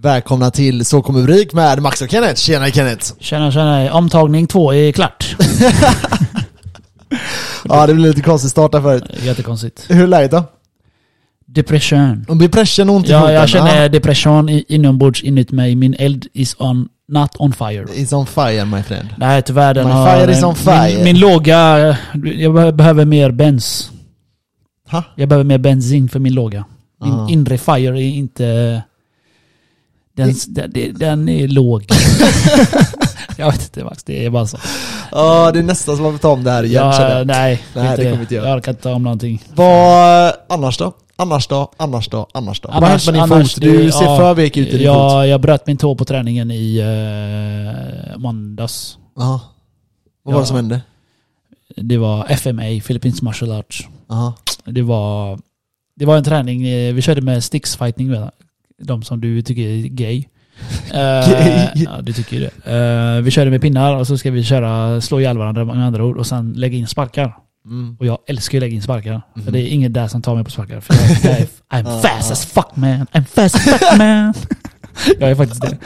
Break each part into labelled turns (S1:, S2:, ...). S1: Välkomna till Så kommer rubrik med Max och Kenneth. Tjena Kenneth!
S2: Tjena tjena, omtagning två är klart.
S1: Ja, det blev lite konstig start där förut.
S2: Jättekonstigt.
S1: Hur är läget då?
S2: Depression.
S1: Om depression och ont i
S2: Ja,
S1: foten,
S2: jag känner depression i- inombords inuti mig. Min eld is on, not on fire.
S1: ja. It's on fire my friend.
S2: Nej tyvärr den
S1: My
S2: har...
S1: fire is on fire.
S2: Min, min låga, jag be- behöver mer bens.
S1: Ha?
S2: Jag behöver mer bensin för min låga. Min
S1: Ah.
S2: inre fire är inte... Den, den, den är låg. jag vet inte Max, det är bara så.
S1: Ja, det är nästan som att man får ta om det här igen känner
S2: Jag,
S1: jag.
S2: nej,
S1: Nej,
S2: inte
S1: det kommer inte jag.
S2: Jag orkar inte ta om någonting.
S1: Vad, annars då? Annars då? Annars då? Annars då? Vad har hänt med din
S2: annars,
S1: fot? Du
S2: det-
S1: ser
S2: ja,
S1: för vek ut i din fot.
S2: jag, jag bröt min tå på träningen i eh, måndags.
S1: Jaha. Vad var det
S2: Ja.
S1: som hände?
S2: Det var FMA, Philippines Martial Arts.
S1: Jaha.
S2: Det var, det var en träning, eh, vi körde med sticksfighting med de som du tycker är gay. Eh,
S1: Gay.
S2: ja, du tycker ju det. Eh, vi körde med pinnar och så ska vi köra, slå ihjäl varandra med andra ord och sen lägga in sparkar.
S1: Mm.
S2: Och jag älskar ju att lägga in sparkar.
S1: Mhm. Ah.
S2: För det är ingen där som tar mig på sparkar. För jag, jag är, I'm
S1: Ja,
S2: fast
S1: ja.
S2: as fuck man. I'm fast as fuck man. jag är faktiskt det. Men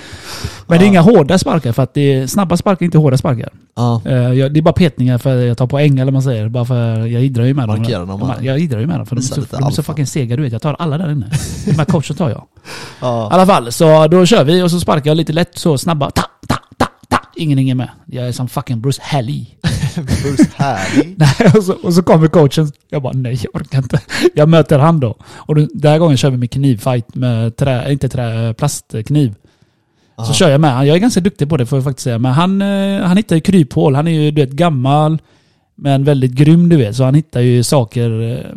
S1: Ah.
S2: det är inga hårda sparkar för att det är, snabba sparkar är inte hårda sparkar.
S1: Ja.
S2: Eh, jag, det är bara petningar för att jag tar poäng eller vad man säger. Bara för jag idrar ju med dem.
S1: Markerar dem,
S2: Jag-
S1: ja.
S2: Jag idrar ju med dem för de är
S1: Visa
S2: så,
S1: lite
S2: de är
S1: alfa.
S2: så fucking sega du vet. Jag tar alla där inne. De här coachen tar jag. I
S1: Ja.
S2: alla fall, så då kör vi och så sparkar jag lite lätt så snabba. Ta, ta, ta, ta. Ingen hänger med. Jag är som fucking Bruce Halley.
S1: Puss härlig.
S2: Nej, och, så, och så kommer coachen. Jag bara nej, jag orkar inte. Jag möter han då. Och då- den här gången kör vi med knivfight med trä, eh, inte trä, plastkniv. Så
S1: Aha.
S2: kör jag med han. Jag är ganska duktig på det får jag faktiskt säga. Men han, eh, han hittar ju kryphål. Han är ju du vet, gammal men väldigt grym du vet. Så han hittar ju saker eh,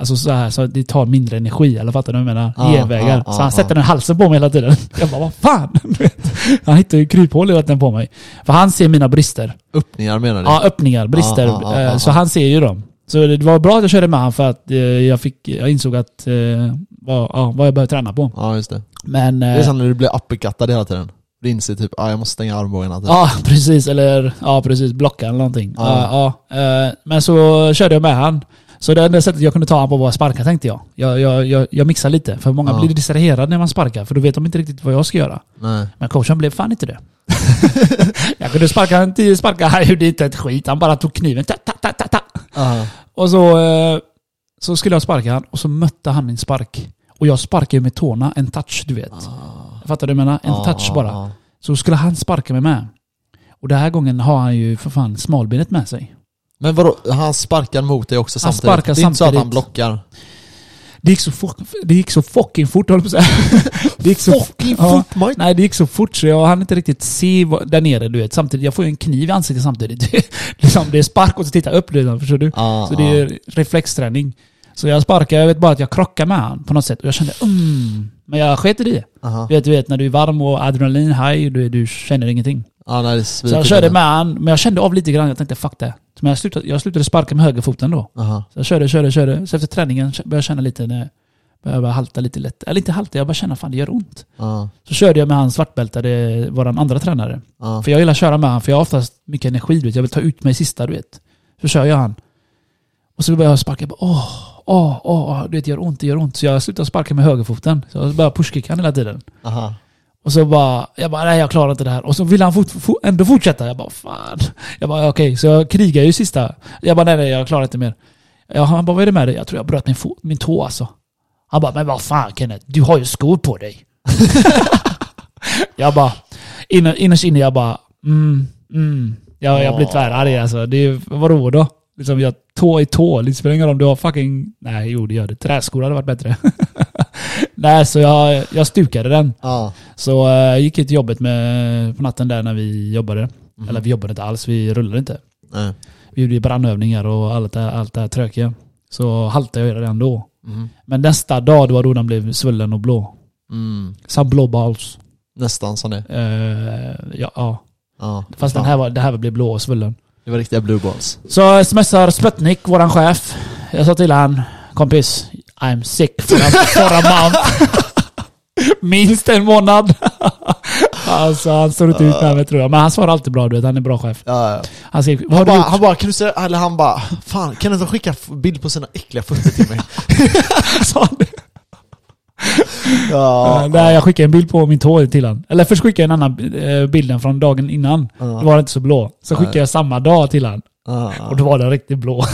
S2: Alltså så här så det tar mindre energi, eller fattar du vad jag menar?
S1: Ja,
S2: Genvägar.
S1: ja, ja,
S2: så han
S1: ja.
S2: sätter den i halsen på mig hela tiden. Jag bara, vad fan? Du vet. Han hittar ju kryphål hela tiden på mig. För han ser mina brister.
S1: Öppningar menar du?
S2: Ja, öppningar, brister.
S1: Ja, ja, ja,
S2: Eh,
S1: ja,
S2: Så
S1: ja.
S2: han ser ju dem. Så det var bra att jag körde med han för att eh, jag, fick, jag insåg att eh, vad, ja, vad jag behöver träna på.
S1: Ja, just det.
S2: Men... eh,
S1: Det är som när du blir uppercuttad hela tiden. Du inser typ ah, jag måste stänga armbågarna. Typ.
S2: Ja, precis. Eller ja, precis. Blocka eller någonting.
S1: Ja.
S2: Ja. Ja, eh, men så körde jag med han. Så det enda sättet jag kunde ta honom på var att sparka tänkte jag. Jag, jag, jag, jag mixar lite. För många
S1: Ja.
S2: blir distraherade när man sparkar. För då vet de inte riktigt vad jag ska göra.
S1: Nej.
S2: Men coachen blev fan inte det. jag kunde sparka han tio sparkar. Han gjorde inte ett skit. Han bara tog kniven. Ta, ta, ta, ta, ta. Och så, eh, så skulle jag sparka han och så mötte han min spark. Och jag sparkar ju med tårna, en touch du vet.
S1: Ah.
S2: Fattar du vad jag menar? En
S1: Ja,
S2: touch
S1: ja,
S2: bara.
S1: ja.
S2: Så skulle han sparka mig med. Och den här gången har han ju för fan smalbenet med sig.
S1: Men vadå, han sparkar mot dig också
S2: Han
S1: samtidigt?
S2: sparkar
S1: det är inte så att
S2: samtidigt.
S1: han blockar?
S2: Det gick så, fuck, det gick så fucking fort höll jag på att säga. Det gick så
S1: Fucking
S2: ja.
S1: fort Mike!
S2: Nej, det gick så fort så jag hann inte riktigt se vad, där nere du vet. Samtidigt, jag får ju en kniv i ansiktet samtidigt. liksom, det är spark och så tittar jag upp redan, förstår du?
S1: Ja,
S2: Så det är reflexträning. Så jag sparkar, jag vet bara att jag krockar med han på något sätt. Och jag kände mm. Men jag sket i det.
S1: ja. ah. Aha.
S2: Du vet, du vet när du är varm och adrenalin high, du, du känner ingenting.
S1: Ja, Ah, nej, det är
S2: Så jag
S1: svidigt.
S2: körde med han, men jag kände av lite grann. Jag tänkte fuck det. Men jag slutade, jag slutade sparka med högerfoten då.
S1: Aha.
S2: Så jag körde, körde, körde. Så efter träningen kä- började jag känna lite, när jag började bara halta lite lätt. Eller inte halta, jag bara känna fan det gör ont.
S1: Ja.
S2: Så körde jag med han svartbältade, våran andra tränare.
S1: Ja.
S2: För jag gillar att köra med han, för jag har oftast mycket energi. Du vet. Jag vill ta ut mig i sista, du vet. Så kör jag han. Och så börjar jag sparka. Jag bara, åh, åh, åh, åh, du vet, det gör ont, det gör ont. Så jag slutar sparka med högerfoten. Så jag börjar pushkicka han hela tiden.
S1: Aha.
S2: Och så bara, jag bara nej jag klarar inte det här. Och så vill han fort, fo- ändå fortsätta. Jag bara fan. Jag bara okej, så jag krigar ju sista. Jag bara nej nej jag klarar inte mer. Jag, han bara vad är det med dig? Jag tror jag bröt min, fot, min tå alltså. Han bara men vad fan Kenneth, du har ju skor på dig. jag bara, inne- innerst inne jag bara mm, mm. Jag, jag blir tvärarg alltså. Det är, vadå då? Liksom jag, tå i tå, det spelar ingen roll om du har fucking... Nej jo det gör det. Träskor hade varit bättre. nej så jag, jag stukade den.
S1: Ja.
S2: Så eh, jag gick till jobbet med, på natten där när vi jobbade. Eller vi jobbade inte alls, vi rullade inte.
S1: Nej.
S2: Vi gjorde ju brandövningar och allt det, allt det här trökiga. Så haltade jag redan då.
S1: Mm.
S2: Men nästa dag, det var då den blev svullen och blå.
S1: Mm.
S2: Som blå balls.
S1: Nästan som det.
S2: Eh, ja, ja.
S1: Ja.
S2: Fast den här, var, det här blev blå och svullen.
S1: Det var riktiga blue balls.
S2: Så smsar Sputnik, våran chef. Jag sa till han, kompis, I'm sick for a, for a month. Minst en månad. alltså han står inte ut med mig tror jag. Men han svarar alltid bra du vet, han är en bra chef.
S1: Ja, ja.
S2: Han skrev, vad har
S1: Han,
S2: du
S1: bara,
S2: gjort?
S1: han bara, kan du säga, eller han bara, fan kan inte skicka f- bild på sina äckliga fötter till mig?
S2: Sa han det?
S1: Ja.
S2: Eh, Där jag skickade en bild på min tå till honom. Eller först skickade jag en annan eh, bilden från dagen innan.
S1: Ja.
S2: Då var den inte så blå. Så skickade jag samma dag till honom.
S1: Ja.
S2: Och då var den riktigt blå.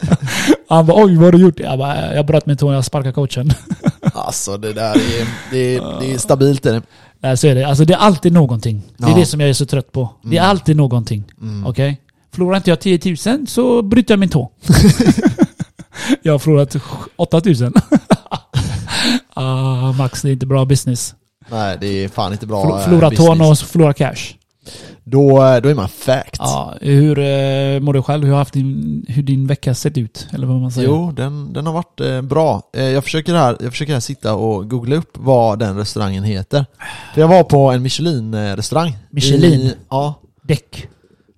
S2: Han bara oj vad har du gjort? Jag bara, "Eh, jag bröt min tå när jag sparkade coachen.
S1: Alltså det där är, det är, det är stabilt. Är det.
S2: Nej, så är det. Alltså det är alltid någonting. Det är
S1: Ja.
S2: det som jag är så trött på. Det är alltid någonting.
S1: Mm.
S2: Okej? Förlorar inte jag 10 000 så bryter jag min tå. jag har förlorat 8 000. ah, Max, det är inte bra business.
S1: Nej, det är fan inte bra
S2: Förlo-
S1: eh,
S2: förlora
S1: business.
S2: tån och så förlora cash.
S1: Då, eh, då är man fact.
S2: Ja, hur eh, mår du själv? Hur har haft din, hur din vecka sett ut? Eller vad man säger.
S1: Jo, den, den har varit eh, bra. Eh, jag, försöker här, jag försöker här sitta och googla upp vad den restaurangen heter. För jag var på en Michelin-restaurang.
S2: Michelin?
S1: I, ja.
S2: Däck.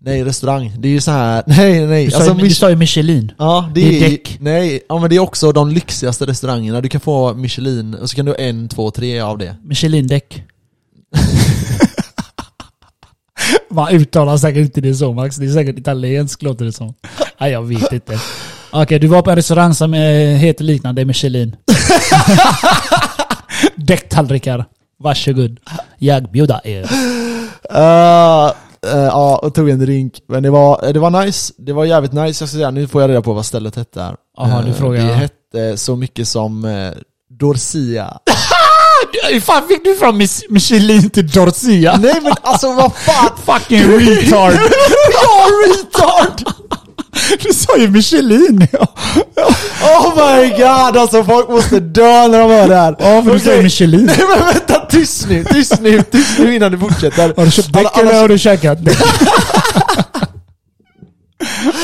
S1: Nej, restaurang. Det är ju så här. Nej,
S2: Du
S1: nej. Alltså,
S2: sa ju- du sa ju Michelin.
S1: Ja, det,
S2: det är
S1: är,
S2: däck.
S1: Nej, ja, men det är också de lyxigaste restaurangerna. Du kan få Michelin och så kan du ha en, två, tre av det.
S2: Michelin-däck. Man uttalar säkert inte det så Max. Det är säkert italienskt låter det som. Nej, jag vet inte. Okej, du var på en restaurang som eh, heter liknande Michelin. Däcktallrikar. Varsågod. Jag bjuder er.
S1: Eh, eh, ja, och tog en drink. Men det var, eh, det var nice. Det var jävligt nice. Jag ska säga, nu får jag reda på vad stället hette här.
S2: Jaha, du
S1: Eh,
S2: frågar.
S1: Det hette så mycket som eh, Dorsia.
S2: Hur fan fick du från Mis- Michelin till Dorsia?
S1: Nej men alltså vad fan!
S2: Fucking retard!
S1: Jag är retard!
S2: Du sa ju Michelin!
S1: Oh my god alltså folk måste dö när de hör det här.
S2: Ja, för du sa ju
S1: Okej.
S2: Michelin.
S1: Nej men vänta, tyst nu, tyst nu, tyst nu innan du fortsätter.
S2: Har du köpt
S1: Alla-
S2: däck
S1: alla-
S2: eller har du käkat däck?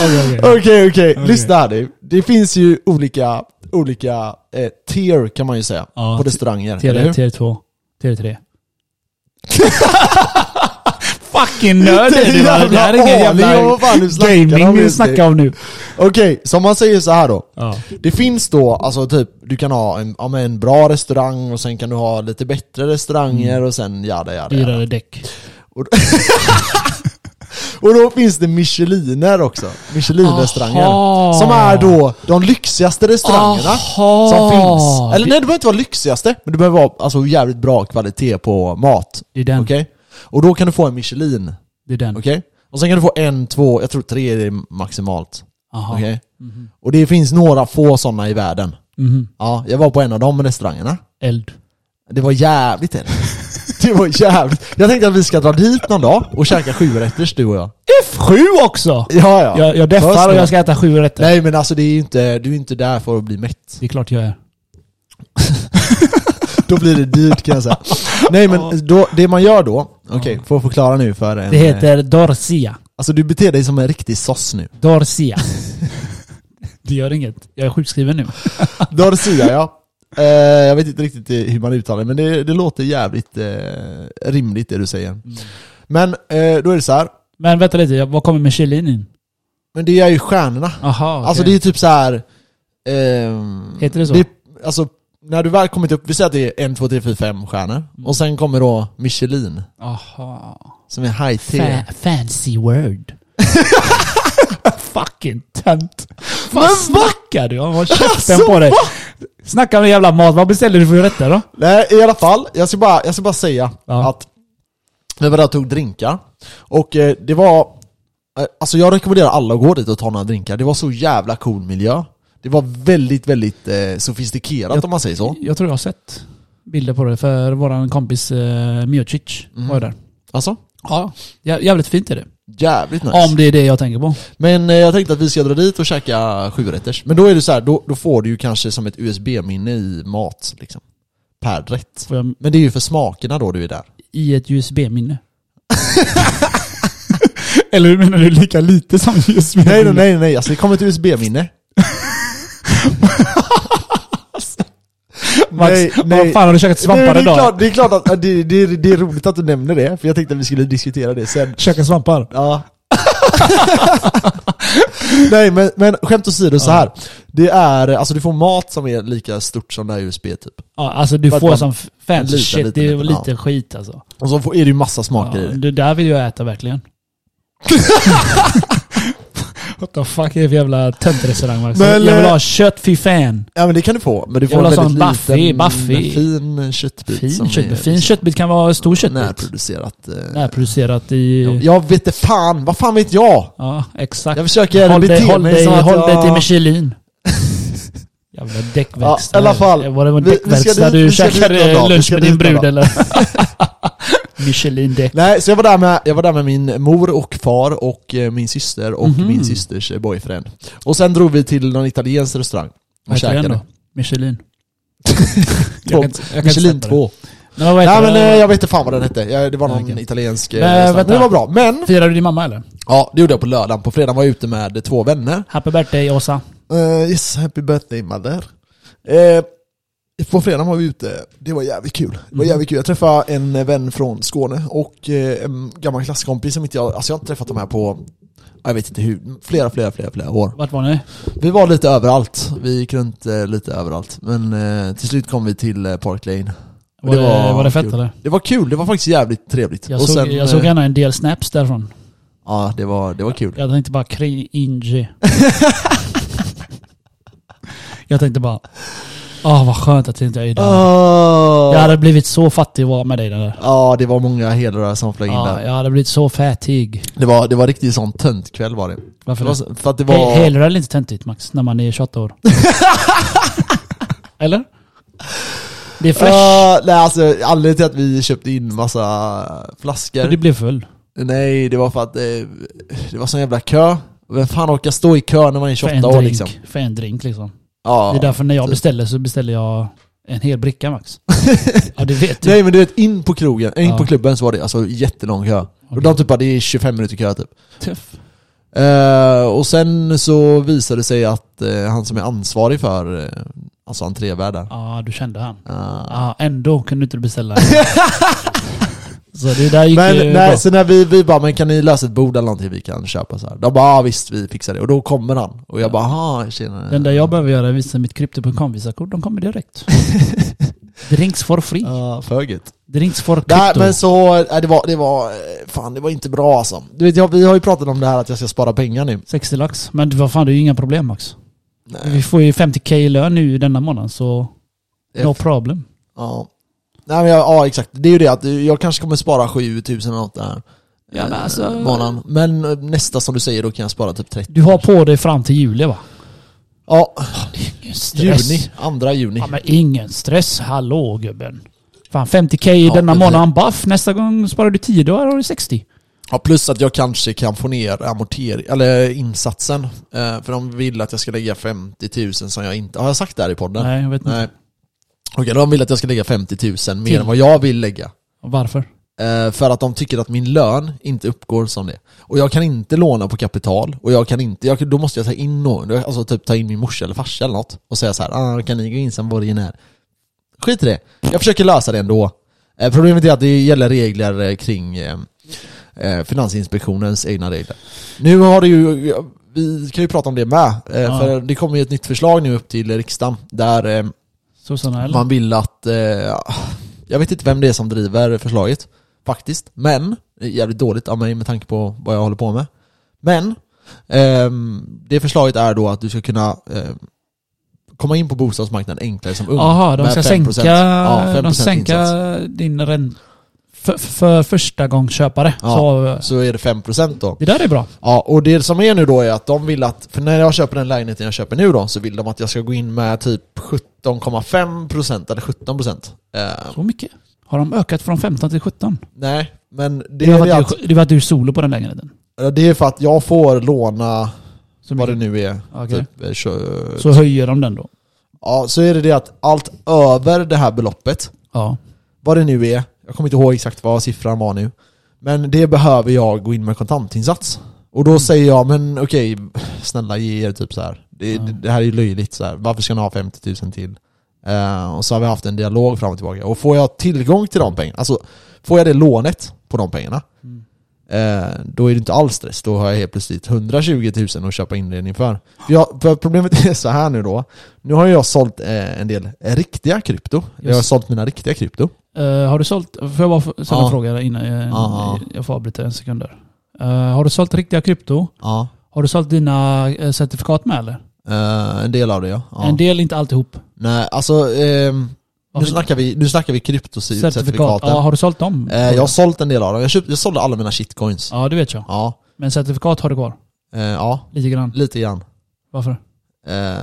S2: Okej, okej.
S1: Okej okej, lyssna här nu. Det finns ju olika, olika eh, tier kan man ju säga
S2: Ja,
S1: på
S2: t-
S1: restauranger. eller hur?
S2: Tele 2, Tele 3. Fucking nörd
S1: Det är
S2: är du va? Det här är ingen
S1: jävla aning om
S2: jävla
S1: vad fan du snackar om,
S2: gaming vi
S1: vet du.
S2: snackar om nu.
S1: Okej, så om man säger så här då.
S2: Ja.
S1: Det finns då, alltså typ, du kan ha en, ja, men en bra restaurang och sen kan du ha lite bättre restauranger och sen jada jada. jada.
S2: Mm. Dyrare däck.
S1: Och då finns det Micheliner också. Michelin-restauranger.
S2: Aha.
S1: Som är då de lyxigaste restaurangerna
S2: Aha.
S1: som finns. Eller nej, det behöver inte vara lyxigaste, men det behöver vara alltså, jävligt bra kvalitet på mat.
S2: Det är den.
S1: Okej? Och då kan du få en Michelin.
S2: Det är den.
S1: Okej? Och sen kan du få en, två, jag tror tre är det maximalt.
S2: Aha.
S1: Okej? Mhm. Och det finns några få sådana i världen. Ja, jag var på en av de restaurangerna.
S2: Eld.
S1: Det var jävligt det. Det var jävligt. Jag tänkte att vi ska dra dit någon dag och käka sjurätters du och jag.
S2: F7 också!
S1: Ja, ja.
S2: Jag, jag deffar
S1: Först
S2: och
S1: då.
S2: jag ska äta sju rätter.
S1: Nej men alltså det är ju inte, du är ju inte där för att bli mätt.
S2: Det är klart jag är.
S1: Då blir det dyrt kan jag säga. Nej men då, det man gör då, okej, får jag förklara nu för en...
S2: Det
S1: eh,
S2: heter Dorsia.
S1: Alltså du beter dig som en riktig soss nu.
S2: Dorsia. Det gör inget. Jag är sjukskriven nu.
S1: Dorsia ja. Eh, jag vet inte riktigt eh, hur man uttalar det, men det, det låter jävligt eh, rimligt det du säger.
S2: Mm.
S1: Men eh, då är det så här.
S2: Men vänta lite, jag- vad kommer Michelin in?
S1: men det är ju stjärnorna.
S2: Aha, okej.
S1: Alltså det är typ så här. ehm,
S2: Heter det så?
S1: alltså, när du väl kommit upp, vi säger att det är en, två, tre, fyra, fem stjärnor.
S2: Mm.
S1: Och sen kommer då Michelin,
S2: Aha.
S1: som är high tier.
S2: Fa- fancy word. Fucking tönt. Vad
S1: Men
S2: snackar du om? Håll käften
S1: Alltså,
S2: på dig. Snacka om jävla mat. Vad beställer du för rätter då?
S1: Nej, i alla fall. Jag ska bara, jag ska bara säga
S2: Ja.
S1: att vi var där och tog drinkar. Och eh, det var... eh, Alltså jag rekommenderar alla att gå dit och ta några drinkar. Det var så jävla cool miljö. Det var väldigt, väldigt eh, sofistikerat
S2: Jag-
S1: om man säger så.
S2: Jag tror jag har sett bilder på det för våran kompis uh, Mjocic var ju där.
S1: Alltså,
S2: Ja, jä- jävligt fint är det.
S1: jävligt nice.
S2: Om det är det jag tänker på.
S1: Men eh, jag tänkte att vi ska dra dit och käka sjurätters. Men då är det så här, då, då får du ju kanske som ett USB-minne i mat liksom. Per rätt.
S2: Får jag
S1: Men det är ju för smakerna då du är där.
S2: i ett USB-minne. Eller hur menar du lika lite som USB-minne?
S1: Nej, nej, nej, nej. Alltså det kommer ett USB-minne.
S2: Max,
S1: nej,
S2: vad
S1: nej.
S2: fan har du käkat svampar
S1: det, är
S2: idag?
S1: klart, det är klart att att det, det, det är roligt att du nämner det, för jag tänkte att vi skulle diskutera det sen.
S2: Käkat svampar?
S1: Ja. Nej men, men skämt åsido så här. Det är, alltså du får mat som är lika stort som det här USB typ.
S2: Ja, alltså du
S1: För att
S2: får
S1: man-
S2: som f- fancy
S1: lite,
S2: shit.
S1: lite,
S2: det är
S1: lite,
S2: lite skit alltså.
S1: Och så får, är det ju massa smaker
S2: Ja,
S1: i det.
S2: det där vill jag äta verkligen. What the fuck är det för jävla töntrestaurang? Max? Jag
S1: Men,
S2: vill
S1: eh,
S2: ha kött fy fan.
S1: Ja men det kan du få, men du får
S2: vill
S1: en
S2: ha
S1: väldigt
S2: sån
S1: liten,
S2: buffy, buffy.
S1: fin köttbit som
S2: Fin
S1: är
S2: köttbit. Fin köttbit kan vara stor köttbit.
S1: närproducerat. eh,
S2: Närproducerat i...
S1: ja. Jag vet inte fan, vad fan vet jag?
S2: Ja, exakt.
S1: Jag försöker
S2: håll
S1: bete
S2: dig, håll
S1: mig
S2: dig,
S1: som att
S2: håll
S1: jag...
S2: dig till Michelin. Jävla
S1: Ja,
S2: däckverkstad.
S1: i alla fall.
S2: Det Var det en
S1: Vi- vi ska
S2: däckverkstad
S1: dit- vi
S2: du
S1: ska dit någon dag.
S2: käkade
S1: Vi
S2: lunch
S1: ska
S2: med
S1: dit någon
S2: din brud
S1: dag.
S2: eller? Michelin-däck.
S1: Nej, så jag var, där med, jag var där med min mor och far och eh, min syster och
S2: Mhm.
S1: min systers eh, boyfriend. Och sen drog vi till någon italiensk restaurang och
S2: Vad heter den
S1: käkade.
S2: då? Michelin.
S1: Två-
S2: kan inte- jag kan inte
S1: Michelin
S2: släppa
S1: 2.
S2: Men vad
S1: Nej
S2: heter
S1: men
S2: den?
S1: eh, jag vet inte fan vad den hette. Ja, Det var någon
S2: Okej.
S1: italiensk eh,
S2: Men,
S1: restaurang. Men
S2: vänta.
S1: det var bra. Men,
S2: Firar du din mamma eller?
S1: ja det gjorde jag på lördagen. På fredagen var jag ute med två vänner.
S2: Happy birthday Åsa.
S1: Eh, yes, happy birthday mother. Eh, på fredagen var vi ute, det var jävligt kul. Det
S2: Mhm.
S1: var jävligt kul. Jag träffade en eh, vän från Skåne och eh, en gammal klasskompis som inte jag, alltså jag har inte träffat dem här på, jag vet inte hur, flera, flera, flera, flera år.
S2: Vart var ni?
S1: Vi var lite överallt, vi gick runt eh, lite överallt. Men eh, till slut kom vi till eh, Park Lane. Och
S2: Var det, var det fett
S1: kul.
S2: eller?
S1: Det var kul, det var faktiskt jävligt trevligt.
S2: Jag såg, jag såg
S1: eh,
S2: gärna en del snaps därifrån.
S1: Ja, det var, det var kul.
S2: Jag tänkte bara cringe. jag tänkte bara, åh vad skönt att inte jag är där.
S1: Ah.
S2: Jag
S1: Åh.
S2: hade blivit så fattig att vara med dig där.
S1: Ja, det var många hedrar som flög in där.
S2: Ja, jag hade blivit så fattig.
S1: Det var, det var riktigt sån töntkväll var det.
S2: Varför
S1: det var, så-
S2: det?
S1: för att det
S2: Var...
S1: var...
S2: Hellre eller inte töntigt Max, när man är 28 år. eller? Det är fresh.
S1: Ah, nej alltså anledningen till att vi köpte in massa flaskor.
S2: För du blev full.
S1: Nej, det var för att eh, det var sån jävla kö. Vem fan orkar stå i kö när man är
S2: För en
S1: 28 år
S2: drink.
S1: liksom?
S2: För en drink liksom.
S1: Ja.
S2: det är därför när jag
S1: typ.
S2: beställer så beställer jag en hel bricka Max. ja det vet du.
S1: Nej men du vet, in på krogen, äh, in
S2: Ja.
S1: på klubben så var det alltså jättelång kö. Och de typ bara, det är 25 minuter kö typ.
S2: Tuff.
S1: Eh, och sen så visade det sig att eh, han som är ansvarig för, eh, alltså entrévärden,
S2: Ja du kände han.
S1: eh,
S2: Ja ändå kunde du inte beställa. så det där gick ju
S1: Men
S2: bra.
S1: nej, så när vi, vi bara, men kan ni lösa ett bord eller någonting vi kan köpa så här? De bara, ah, visst vi fixar det. Och då kommer han. Och jag bara, ah tjena.
S2: Det enda jag behöver göra är visa mitt krypto.com visakort. De kommer direkt. Drinks for free.
S1: Ja, för gött.
S2: Drinks for krypto.
S1: Nej men så, nej, det var, det var, eh, fan det var inte bra alltså. Du vet, jag, vi har ju pratat om det här att jag ska spara pengar nu.
S2: 60 lax. Men vad fan, det är ju inga problem Max.
S1: Nej.
S2: Vi får ju 50k i lön nu denna månaden så no
S1: F.
S2: problem.
S1: Ja. Nej men jag, ja exakt, det är ju det att jag kanske kommer spara 7000 eller något där.
S2: Ja, men
S1: eh,
S2: alltså-
S1: Månaden. Men eh, nästa som du säger, då kan jag spara typ 30.
S2: Du har på dig fram till juli va?
S1: Ja,
S2: Stress.
S1: juni. Andra juni.
S2: Ja men ingen stress. Hallå gubben. Fan 50k i
S1: Ja,
S2: denna
S1: precis.
S2: månaden buff. Nästa gång sparar du 10 då har du 60.
S1: Ja, plus att jag kanske kan få ner amortering, eller insatsen. Eh, för de vill att jag ska lägga 50 000 som jag inte... Har jag sagt det här i podden?
S2: Nej jag vet inte.
S1: Nej. Okej, de vill att jag ska lägga 50 000 mer
S2: Till.
S1: än vad jag vill lägga.
S2: Varför?
S1: Eh, för att de tycker att min lön inte uppgår som det. Och jag kan inte låna på kapital, och jag kan inte... Jag, kan- då måste jag ta in någon, alltså typ ta in min morsa eller farsa eller något. Och säga så här, ah, kan ni gå in som borgenär? Skit i det. Jag försöker lösa det ändå. Eh, problemet är att det gäller regler eh, kring eh, eh, Finansinspektionens egna regler. Nu har det ju, vi kan ju prata om det med, eh,
S2: Ja.
S1: för det kommer ju ett nytt förslag nu upp till riksdagen där eh,
S2: Sossarna eller?
S1: man vill att, eh, jag vet inte vem det är som driver förslaget faktiskt, men, det är jävligt dåligt av mig med tanke på vad jag håller på med. Men, ehm, det förslaget är då att du ska kunna ehm, komma in på bostadsmarknaden enklare som ung.
S2: Jaha, de
S1: Med
S2: ska
S1: 5%.
S2: sänka,
S1: Ja, 5%
S2: de ska sänka
S1: insats.
S2: din ränta. För, för första gång köpare.
S1: Ja.
S2: Så,
S1: Så är det 5% då.
S2: det där är bra.
S1: Ja, och det som är nu då är att de vill att, för när jag köper den lägenheten jag köper nu då, så vill de att jag ska gå in med typ 17,5% eller 17%. Eh,
S2: Så mycket. Har de ökat från 15 till 17?
S1: nej, men det
S2: Det var
S1: är, det,
S2: att,
S1: att,
S2: du- det var att du är solo på den lägenheten.
S1: ja, det är för att jag får låna,
S2: Så,
S1: vad det nu är,
S2: Okej.
S1: typ, eh, tjo-
S2: så höjer de den då.
S1: ja, så är det det att allt över det här beloppet,
S2: Ja.
S1: vad det nu är, jag kommer inte ihåg exakt vad siffran var nu, men det behöver jag gå in med kontantinsats. Och då säger jag, men okej, snälla ge er typ så här. Det,
S2: Ja.
S1: det här är ju löjligt, så här. varför ska ni ha 50 000 till? Eh, och så har vi haft en dialog fram och tillbaka. Och får jag tillgång till de pengarna, alltså får jag det lånet på de pengarna,
S2: Mm.
S1: eh, då är det inte alls stress. Då har jag helt plötsligt 120 000 att köpa inredning för. För, jag, för problemet är så här nu då, nu har jag sålt eh, en del riktiga krypto. Jag har
S2: Just.
S1: sålt mina riktiga krypto.
S2: Eh, har du sålt, får jag bara f- ställa
S1: Ja.
S2: en fråga där innan jag,
S1: Ja, ja.
S2: jag får avbryta en sekund där. Eh, har du sålt riktiga krypto
S1: Ja.
S2: Har du sålt dina eh, certifikat med eller?
S1: Eh, en del av det ja. ja.
S2: En del, inte alltihop.
S1: Nej, alltså ehm, nu,
S2: Varför-
S1: snackar vi, nu snackar vi kryptocertifikaten.
S2: Ja, har du sålt dem?
S1: Eh, jag har sålt en del av dem. Jag, köpt, jag sålde alla mina shitcoins. Ja.
S2: Ja, det vet jag.
S1: Ja,
S2: Men certifikat har du kvar?
S1: eh, ja
S2: Lite grann.
S1: lite grann.
S2: Varför?
S1: Eh,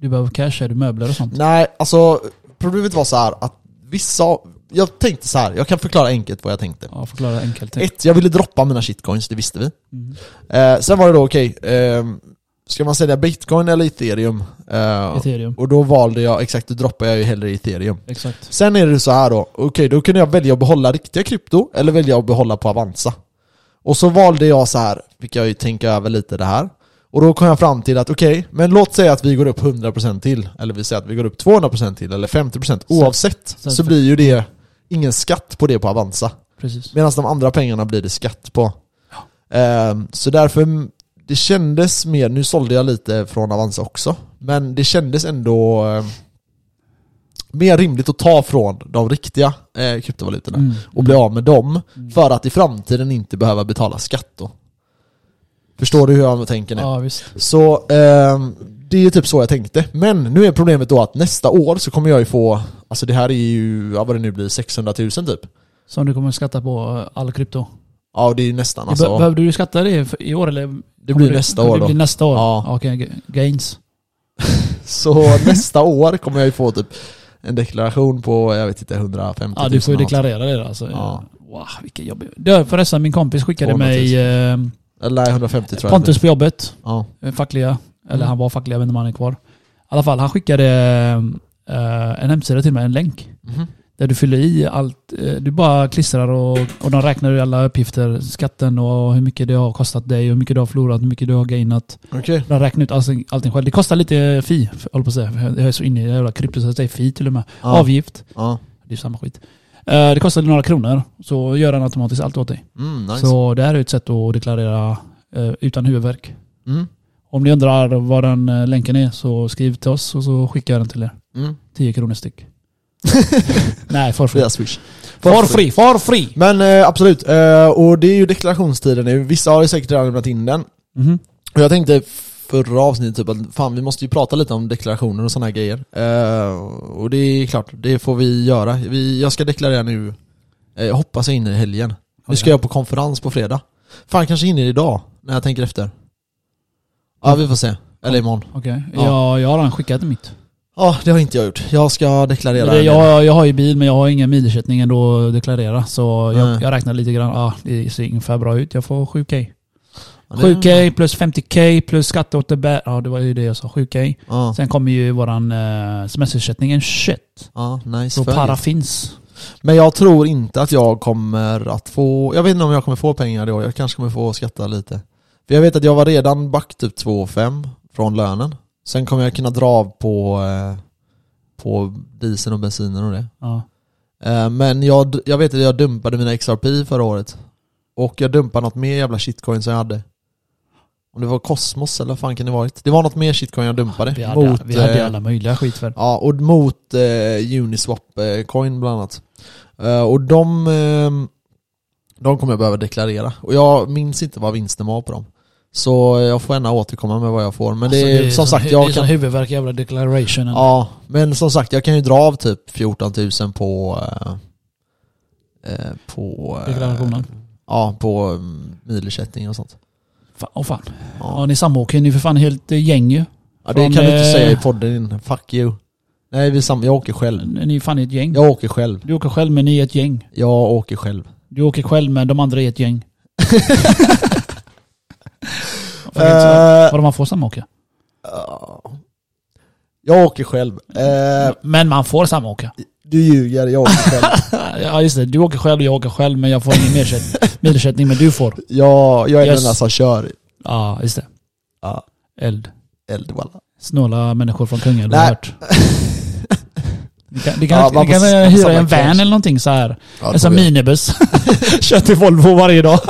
S2: Du behöver cash, är du möbler och sånt?
S1: nej, alltså problemet var så här att vissa... Jag tänkte så här, jag kan förklara enkelt vad jag tänkte.
S2: Ja, förklara enkelt.
S1: Ett, jag ville droppa mina shitcoins, det visste vi.
S2: Mm.
S1: Eh, sen var det då, okej, ehm, ska man sälja bitcoin eller ethereum? Eh,
S2: Ethereum.
S1: Och då valde jag, exakt, då droppade jag ju hellre ethereum.
S2: Exakt.
S1: Sen är det så här då, okej då kunde jag välja att behålla riktiga krypto eller välja att behålla på Avanza. Och så valde jag så här, fick jag ju tänka över lite det här. Och då kom jag fram till att okej, men låt säga att vi går upp 100% till, eller vi säger att vi går upp 200% till, eller 50% oavsett,
S2: så-
S1: så blir ju det ingen skatt på det på Avanza.
S2: Precis.
S1: Medan de andra pengarna blir det skatt på. Ehm, så därför, m- det kändes mer, nu sålde jag lite från Avanza också, men det kändes ändå eh, mer rimligt att ta från de riktiga eh, kryptovalutorna
S2: Mm.
S1: och bli av med dem för att i framtiden inte behöva betala skatt då. Förstår du hur jag tänker nu?
S2: Ja, visst.
S1: Så ehm, det är typ så jag tänkte. Men nu är problemet då att nästa år så kommer jag ju få, alltså det här är ju, ja, vad det nu blir, 600 000 typ.
S2: Som du kommer skatta på eh, all krypto.
S1: Ja det är ju nästan alltså.
S2: Be- behövde du skatta det för- i år eller?
S1: Det
S2: kommer
S1: blir nästa år
S2: Det
S1: då.
S2: blir nästa år?
S1: Ja.
S2: Ja. Okej, g- gains.
S1: Så nästa år kommer jag ju få typ en deklaration på, jag vet inte, 150 000
S2: Ja, du får ju
S1: eller något.
S2: deklarera det då, alltså.
S1: Ja.
S2: Wow, vilken jobbig... Du, förresten, min kompis skickade mig eh,
S1: Eller nej, 150 tror jag.
S2: Pontus på jobbet,
S1: Ja.
S2: eh, fackliga. Eller
S1: Mm.
S2: han var fackliga, jag vet inte om han är kvar. I alla fall, han skickade eh, en hemsida till mig, en länk.
S1: Mhm.
S2: Där du fyller i allt. eh, Du bara klistrar och, och de räknar ut alla uppgifter. Skatten och hur mycket det har kostat dig, hur mycket du har förlorat, hur mycket du har gainat.
S1: Okej.
S2: De räknar ut allting, allting själv. Det kostar lite fi, håller på att säga. Jag är så inne i det jävla krypto så jag säger fi till och med.
S1: Ja.
S2: Avgift.
S1: Ja.
S2: Det är samma skit. Eh, Det kostar några kronor, så gör den automatiskt allt åt dig.
S1: Mm, nice.
S2: Så det här är ett sätt att deklarera eh, utan huvudvärk.
S1: Mm.
S2: Om ni undrar vad den eh, länken är så skriv till oss och så skickar jag den till er.
S1: Mm.
S2: 10 kronor styck. Nej, for free.
S1: Via Swish.
S2: For free, for free!
S1: Men eh, absolut, eh, och det är ju deklarationstiden nu. Vissa har ju säkert redan lämnat in den.
S2: Mhm.
S1: Och jag tänkte förra avsnittet typ att fan vi måste ju prata lite om deklarationer och sådana här grejer. Eh, och det är klart, det får vi göra. Vi, jag ska deklarera nu, eh, jag hoppas jag hinner i helgen. Nu ska
S2: Okej.
S1: jag på konferens på fredag. Fan kanske hinner idag, när jag tänker efter. Ja vi får se. Eller imorgon.
S2: Okej,
S1: Ja.
S2: jag, jag har redan skickat mitt.
S1: Ja det har inte jag gjort. Jag ska
S2: Det,
S1: deklarera.
S2: är-
S1: nu.
S2: jag, jag har ju bil men jag har ingen milersättning ändå att deklarera. Så
S1: Nej.
S2: jag, jag räknar lite grann. Ah, det ser ungefär bra ut. Jag får 7K.
S1: Ja, det-
S2: 7K plus 50K plus skatteåterbäring. Ja, det var ju det jag sa. 7K.
S1: Ja,
S2: Sen kommer ju våran eh, semesterersättningen. Shit.
S1: ja nice.
S2: Så
S1: För
S2: para finns.
S1: Men jag tror inte att jag kommer att få, jag vet inte om jag kommer få pengar då, jag kanske kommer få skatta lite. För jag vet att jag var redan back typ 2,5 från lönen. Sen kommer jag kunna dra av på, eh, på dieseln och bensinen och det.
S2: Ja.
S1: Eh, Men jag, jag vet att jag dumpade mina XRP förra året. Och jag dumpade något mer jävla shitcoin som jag hade. Om det var Cosmos eller vad fan kan det varit? Det var något mer shitcoin jag dumpade.
S2: Vi hade,
S1: mot,
S2: vi hade
S1: eh,
S2: alla möjliga skit för.
S1: Ja, och mot eh, Uniswap-coin bland annat. Eh, och de, eh, de kommer jag behöva deklarera. Och jag minns inte vad vinsten var på dem. Så jag får gärna återkomma med vad jag får. Men det, är, som sagt,
S2: Alltså, Det är
S1: jag
S2: sån
S1: kan...
S2: huvudvärk jävla declarationen.
S1: Ja, men som sagt, jag kan ju dra av typ 14 000 på... Eh, eh, på... eh,
S2: Deklarationen.
S1: Ja, på mm, milersättning och sånt.
S2: Fan, åh fan. Ja,
S1: Ja.
S2: ni samåker. Ni är för fan helt eh, gäng ju.
S1: Ja, det
S2: Från,
S1: kan du inte
S2: eh,
S1: säga i podden. din. Fuck you. Nej, vi sam- jag åker själv.
S2: Ni är fan ett gäng.
S1: Jag åker själv.
S2: Du åker själv men ni är ett gäng.
S1: Jag åker själv.
S2: Du åker själv men de andra är ett gäng. Varför är det inte så?
S1: Eh,
S2: Vadå man får samåka?
S1: Ja. Jag åker själv. Eh,
S2: Men man får samåka.
S1: du ljuger, jag åker själv.
S2: Ja just det, du åker själv och jag åker själv men jag får ingen mersättning- milersättning men du får.
S1: jag, jag är
S2: Yes.
S1: den enda som kör
S2: Ja just det.
S1: Ja.
S2: Eld.
S1: eld. walla.
S2: Snåla människor från kungen, du har
S1: Nej.
S2: hört. Ni kan, ni kan,
S1: Ja, man
S2: ni kan
S1: får-
S2: eh,
S1: man får
S2: hyra
S1: samla
S2: en van
S1: cash.
S2: eller någonting så här.
S1: Ja,
S2: en
S1: det får
S2: sån
S1: vi göra.
S2: minibuss. Kör till Volvo varje dag.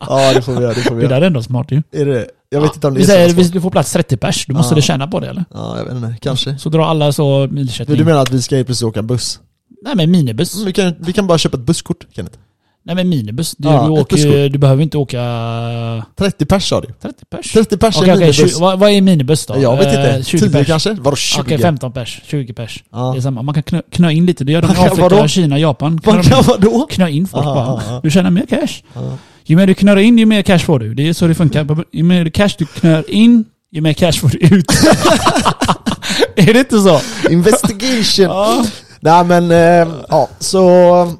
S1: Ja, det får vi göra. Det får vi
S2: Det
S1: göra.
S2: där är ändå smart ju.
S1: Är det, jag vet inte om det
S2: Vi
S1: är
S2: säger
S1: så.
S2: vi du får plats 30 pers, du måste
S1: Ja.
S2: du tjäna på det eller?
S1: Ja, jag vet inte. Kanske.
S2: Så drar alla så milersättning.
S1: Du menar att vi ska helt plötsligt åka buss?
S2: Nej men minibuss.
S1: Mm, vi, kan, vi kan bara köpa ett busskort, Kenneth.
S2: Nej men minibuss. Du,
S1: Ja,
S2: du,
S1: ett
S2: åker, ju-
S1: busskort.
S2: du behöver inte åka
S1: 30 pers sa du.
S2: 30 pers.
S1: 30 pers i
S2: Okej,
S1: en
S2: okej,
S1: minibuss.
S2: tju- vad, vad är minibuss då?
S1: Jag vet
S2: Eh,
S1: inte.
S2: 20
S1: 10
S2: pers.
S1: kanske? Vadå
S2: Okej,
S1: 20?
S2: 15 pers. 20 pers.
S1: Ja.
S2: Det är samma. Man kan knö, knö in lite. Det gör de i
S1: Man kan-
S2: Afrika,
S1: vadå?
S2: Kina, Japan. Knö,
S1: Vad kan vadå?
S2: knö in folk
S1: Aha,
S2: bara.
S1: aha.
S2: Du tjänar mer cash.
S1: Ja.
S2: Ju mer du knör in, ju mer cash får du. Det är så det funkar. Ju mer cash du knör in, ju mer cash får du ut. är det inte så?
S1: Investigation!
S2: Ja.
S1: Nej men, eh, ja så...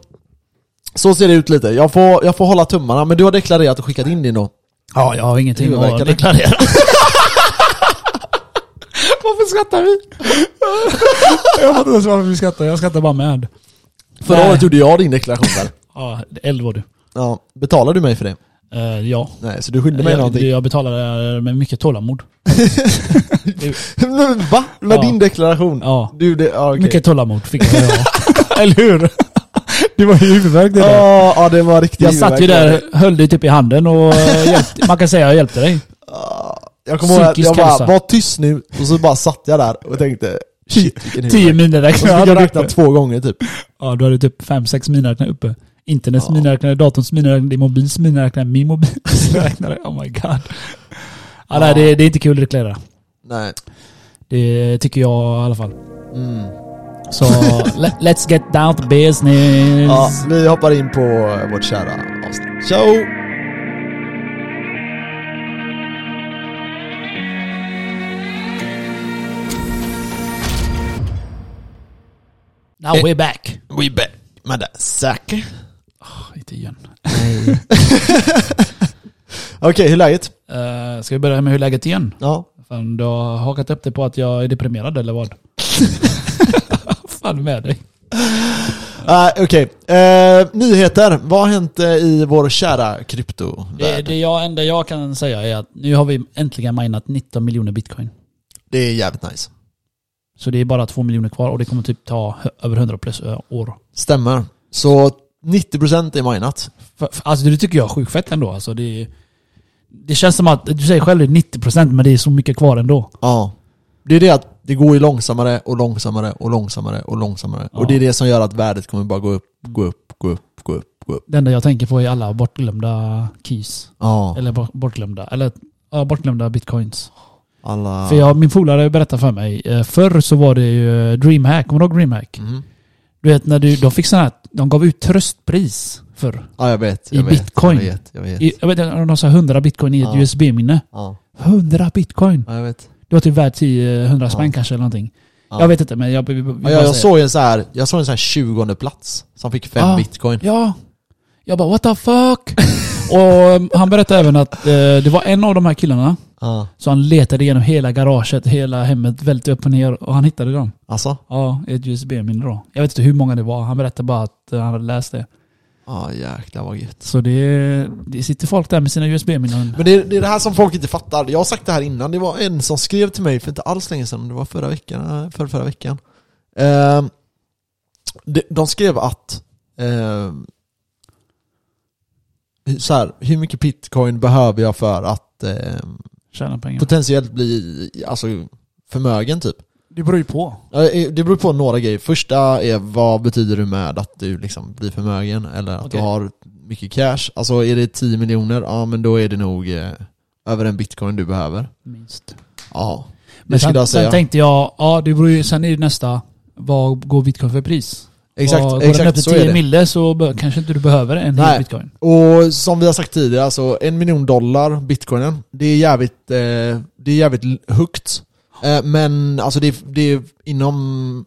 S1: Så ser det ut lite. Jag får, jag får hålla tummarna, men du har deklarerat och skickat in din då?
S2: Ja, jag har ingenting
S1: Huvudvärkarna.
S2: att deklarera. varför skrattar vi? jag fattar inte ens varför vi skrattar. Jag skrattar bara med.
S1: Förra
S2: Nej.
S1: året gjorde jag din deklaration väl?
S2: Ja, 11 var du.
S1: Ja, betalar du mig för det?
S2: Eh, ja.
S1: Nej, så du skyller mig
S2: Jag,
S1: någonting?
S2: jag betalade med mycket tålamod.
S1: Men Va? Med
S2: Ja.
S1: din deklaration?
S2: Ja.
S1: Du, det, ja, okej.
S2: Mycket tålamod fick jag. ja. Eller hur? Det var ju huvudvärk det där.
S1: Ja, ja, det var riktigt
S2: Jag satt ju där, höll dig typ i handen och eh, hjälpte, man kan säga jag hjälpte dig.
S1: Jag kommer ihåg att jag
S2: Psykisk
S1: bara,
S2: hälsa.
S1: var tyst nu, och så bara satt jag där och tänkte shit vilken
S2: Tio
S1: huvudvärk. Och så fick
S2: miniräknare hade
S1: jag
S2: du
S1: räkna
S2: uppe.
S1: två gånger typ.
S2: Ja, du hade typ fem, sex miniräknare uppe. Internets
S1: Ja.
S2: miniräknare, datorns miniräknare, din mobils miniräknare, min mobils miniräknare. Oh my god. Ja, Nej, det, det är inte kul att deklarera.
S1: Nej.
S2: Det tycker jag i alla fall.
S1: Mm.
S2: Så le- let's get down to business.
S1: Ja, vi hoppar in på eh, vårt kära avsnitt. Ciao!
S2: Now we're back.
S1: We back. Men det, säker?
S2: Oh, inte igen.
S1: Okej, hur är läget?
S2: Eh, ska vi börja med hur läget är igen?
S1: Ja.
S2: Fan, du har hakat upp det på att jag är deprimerad eller vad? Fan med dig.
S1: Eh, Okej, Eh, nyheter. Vad har hänt eh, i vår kära
S2: Det,
S1: kryptovärld? Det,
S2: det jag, enda jag kan säga är att nu har vi äntligen minat 19 miljoner bitcoin.
S1: är jävligt nice.
S2: Så det är bara 2 miljoner kvar och det kommer typ ta hö- över 100 plus ö- år.
S1: Stämmer. Så 90% är minat.
S2: För, för, alltså det tycker jag är sjukt fett ändå. Alltså det, det känns som att, du säger själv det är 90% men det är så mycket kvar ändå.
S1: Ja. Det är det att det går ju långsammare och långsammare och långsammare och långsammare.
S2: Ja.
S1: Och det är det som gör att värdet kommer bara gå upp, gå upp, gå upp, gå upp, gå upp.
S2: Det enda jag tänker på är alla bortglömda keys.
S1: Ja,
S2: Eller bo- bortglömda, eller ja, bortglömda bitcoins.
S1: alla...
S2: För jag, min polare berättade för mig, eh, förr så var det ju eh, DreamHack, kommer du ihåg DreamHack?
S1: Mm.
S2: Du vet när du, de fick sådana här, de gav ut tröstpris förr.
S1: Ja, jag vet. Jag
S2: I
S1: vet,
S2: bitcoin.
S1: Jag vet, jag vet.
S2: I, jag vet inte, de sa 100 bitcoin i ett
S1: Ja.
S2: USB-minne.
S1: Ja,
S2: 100 bitcoin!
S1: ja, jag vet.
S2: Det var typ värt 10, 100 spänn
S1: Ja.
S2: kanske eller någonting.
S1: Ja.
S2: Jag vet inte men jag... vi- vi- vi
S1: Ja,
S2: bara
S1: jag, jag
S2: säger-
S1: såg en så här, jag såg en så här 20 plats som fick fem
S2: Ja.
S1: bitcoin.
S2: Ja. Jag bara what the fuck? och han berättade även att eh, det var en av de här killarna.
S1: Ja.
S2: Så han letade igenom hela garaget, hela hemmet, välte upp och ner och han hittade dem.
S1: Alltså?
S2: Ja, i ett USB-minne då. Jag vet inte hur många det var. Han berättade bara att eh, han hade läst det.
S1: Ja, jäklar vad gött.
S2: Så det, det sitter folk där med sina USB-minnen.
S1: Men det är, det är det här som folk inte fattar. Jag har sagt det här innan. Det var en som skrev till mig för inte alls länge sedan. Det var förra veckan. eh, Förra, förra veckan. Ehm, de, de skrev att... ehm, så här, hur mycket bitcoin behöver jag för att ehm,
S2: Tjänar pengar.
S1: potentiellt bli alltså, förmögen typ?
S2: Det beror ju på.
S1: Ja, eh, Det beror på några grejer. Första är vad betyder du med att du liksom blir förmögen eller att
S2: Okej.
S1: du har mycket cash? Alltså är det 10 miljoner, ja men då är det nog eh, över en bitcoin du behöver.
S2: Minst.
S1: Ja,
S2: Men
S1: det skulle
S2: sen,
S1: jag
S2: sen
S1: säga.
S2: tänkte jag, ja det beror ju, sen är det nästa, vad går bitcoin för pris?
S1: exakt,
S2: och går den upp
S1: exakt
S2: till
S1: så är
S2: 10
S1: det.
S2: mille så bör, kanske inte du behöver en hel
S1: Nej.
S2: bitcoin.
S1: Och som vi har sagt tidigare, alltså en miljon dollar, bitcoinen, det är jävligt, eh, det är jävligt l- högt. Eh, men alltså det, är- det är inom,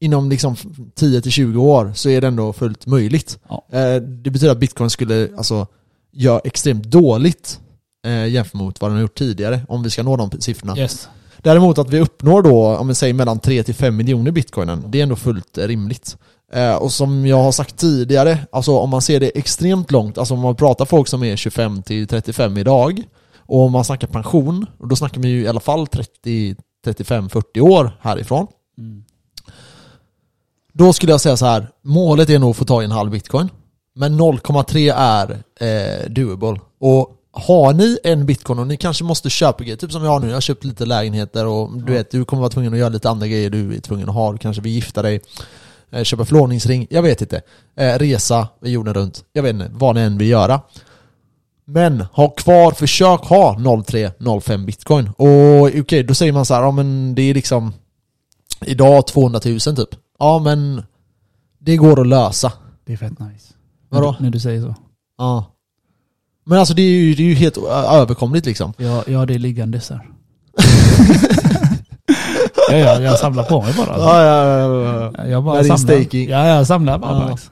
S1: inom liksom 10-20 år så är det ändå fullt möjligt.
S2: Ja.
S1: Eh, det betyder att bitcoin skulle alltså göra extremt dåligt eh, jämfört mot vad den har gjort tidigare om vi ska nå de p- siffrorna.
S2: Yes.
S1: Däremot att vi uppnår då, om vi säger mellan 3 till 5 miljoner bitcoinen, det är ändå fullt eh, rimligt. Eh, och som jag har sagt tidigare, alltså om man ser det extremt långt, alltså om man pratar folk som är 25 till 35 idag, och om man snackar pension, och då snackar vi ju i alla fall 30, 35, 40 år härifrån.
S2: Mm.
S1: Då skulle jag säga så här, målet är nog att få ta i en halv bitcoin. Men 0,3 är eh, doable. Och har ni en bitcoin och ni kanske måste köpa grejer, typ som jag har nu, jag har köpt lite lägenheter och du vet, du kommer vara tvungen att göra lite andra grejer du är tvungen att ha, du kanske vill gifta dig. eh, köpa förlovningsring, jag vet inte. Eh, resa jorden runt, jag vet inte vad ni än vill göra. Men ha kvar, försök ha 03-05 bitcoin. Och okej, då säger man så här, ja men det är liksom idag 200 000 typ. Ja men det går att lösa.
S2: Det är fett nice.
S1: Vadå?
S2: När du säger så.
S1: Ja. Men alltså det är ju, det är ju helt ö- överkomligt liksom.
S2: Ja, ja det är liggandes här. ja, ja, jag samlar på mig bara. Alltså.
S1: ja, ja, ja.
S2: Jag bara
S1: That is
S2: samlar.
S1: taking.
S2: Ja, jag samlar bara.
S1: Ja.
S2: Max.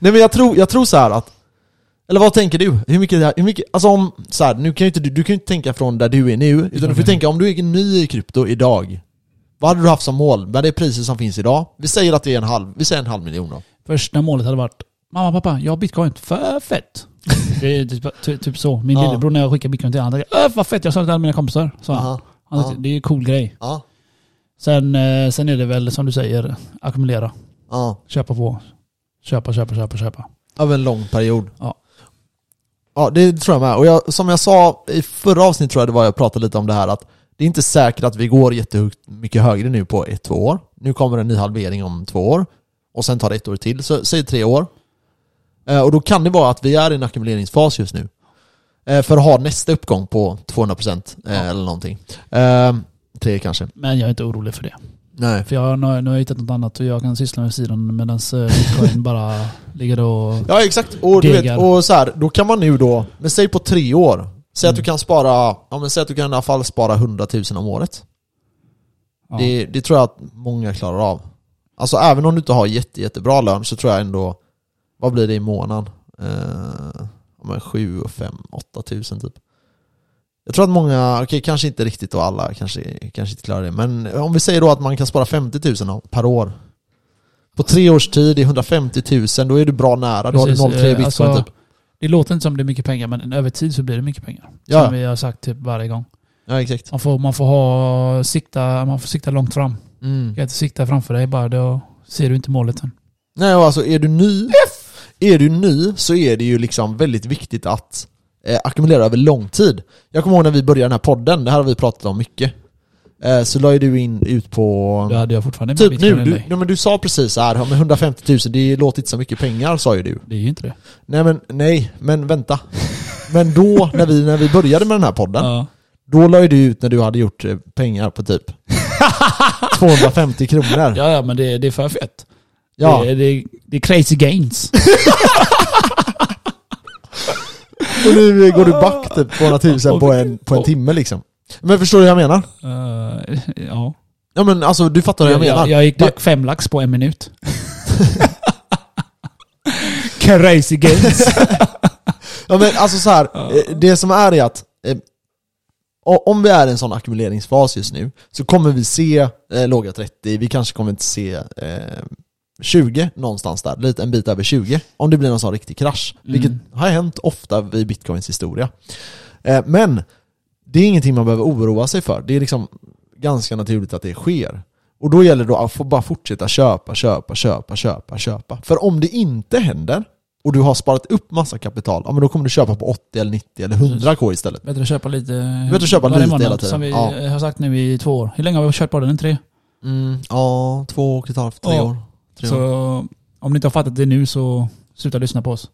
S1: Nej men jag tror, jag tror så här att eller vad tänker du? Hur mycket, det här- hur mycket alltså om, så här, nu kan ju inte du, du kan ju inte tänka från där du är nu, utan du får tänka om du är ny i krypto idag. Vad hade du haft som mål med det priset som finns idag? Vi säger att det är en halv, vi säger en halv miljon då.
S2: Första målet hade varit, mamma pappa, jag har bitcoin. För fett. Det är typ, ty- typ så. Min
S1: Ja.
S2: lillebror när jag skickade bitcoin till honom, han tänkte, "Öh, vad fett, jag sa det till alla mina kompisar. Så han.
S1: Aha.
S2: Han tyckte,
S1: Ja.
S2: Det är en cool grej.
S1: Ja.
S2: Sen, eh, sen är det väl som du säger, ackumulera.
S1: Ja.
S2: Köpa på. Köpa, köpa, köpa, köpa.
S1: Över en lång period.
S2: Ja.
S1: Ja, det tror jag med. Och jag, som jag sa i förra avsnittet tror jag det var jag pratade lite om det här att det är inte säkert att vi går jättemycket högre nu på ett, två år. Nu kommer en ny halvering om två år. Och sen tar det ett år till, så säg tre år. Eh, och då kan det vara att vi är i en ackumuleringsfas just nu. Eh, för att ha nästa uppgång på 200% eh,
S2: Ja.
S1: eller någonting. Eh, tre kanske.
S2: Men jag är inte orolig för det.
S1: Nej.
S2: För jag, nu, har- nu har jag hittat något annat och jag kan syssla med sidan medan eh, bitcoin bara ligger och...
S1: Ja exakt, och, du vet,
S2: Degar.
S1: och så här, då kan man nu då, men säg på tre år, säg
S2: Mm.
S1: att du kan spara, ja men säg att du kan i alla fall spara 100 000 om året.
S2: Ja.
S1: Det, det tror jag att många klarar av. Alltså även om du inte har jätte, jättebra lön så tror jag ändå, vad blir det i månaden? Eh, ja, men 7 och 5, 8 tusen typ. Jag tror att många, okej kanske inte riktigt då alla kanske, kanske inte klarar det, men om vi säger då att man kan spara 50 000 per år. På tre års tid, det är 150 000, då är du bra nära, då har du
S2: Precis,
S1: 0,3
S2: eh,
S1: bitcoin
S2: alltså,
S1: typ.
S2: Det låter inte som det är mycket pengar men över tid så blir det mycket pengar.
S1: Ja,
S2: Som vi har sagt typ varje gång.
S1: ja exakt.
S2: Man får, man får, ha, sikta, man får sikta långt fram. Du
S1: Mm.
S2: kan inte sikta framför dig bara, då ser du inte målet sen.
S1: Nej, och alltså är du ny, är du ny så är det ju liksom väldigt viktigt att eh, ackumulera över lång tid. Jag kommer ihåg när vi började den här podden, det här har vi pratat om mycket. Eh, så la ju du in ut på...
S2: Då hade jag fortfarande mer
S1: typ
S2: bitcoin
S1: nu,
S2: än
S1: du,
S2: dig.
S1: nej, men du sa precis så här, "Ja, men 150 000, det låter inte så mycket pengar sa ju du.
S2: Det är ju inte det.
S1: Nej men, nej, men vänta. Men då, när vi, när vi började med den här podden,
S2: Ja.
S1: då la ju du ut när du hade gjort eh, pengar på typ 250 kronor.
S2: Ja, ja, men det, det är för fett.
S1: Ja.
S2: Det, är- det, är- det är crazy gains.
S1: Och nu går du back typ 200 000 på en, på en timme liksom. Men förstår du vad jag menar?
S2: Eh, ja.
S1: Ja men alltså du fattar vad jag menar.
S2: jag, jag gick back fem lax på en minut. crazy gains.
S1: Ja men alltså så här, eh, det som är är att eh, o- om vi är i en sån ackumuleringsfas just nu så kommer vi se eh, låga 30, vi kanske kommer inte se eh, 20 någonstans där, lite en bit över 20. Om det blir någon sån riktig krasch, vilket har hänt ofta i bitcoins historia. Eh, men det är ingenting man behöver oroa sig för. Det är liksom ganska naturligt att det sker. Och då gäller det då att få bara fortsätta köpa, köpa, köpa, köpa, köpa. För om det inte händer och du har sparat upp massa kapital, ja men då kommer du köpa på 80 eller 90 eller 100 k istället.
S2: Bättre att köpa lite.
S1: Bättre att köpa
S2: varje
S1: lite
S2: månad,
S1: hela tiden.
S2: Som vi
S1: Ja.
S2: eh, har sagt nu i två år. Hur länge har vi kört podden? En tre?
S1: Mm, ja, två och ett halvt, tre
S2: Ja.
S1: år. Tre
S2: Så
S1: år.
S2: om ni inte har fattat det nu så sluta lyssna på oss.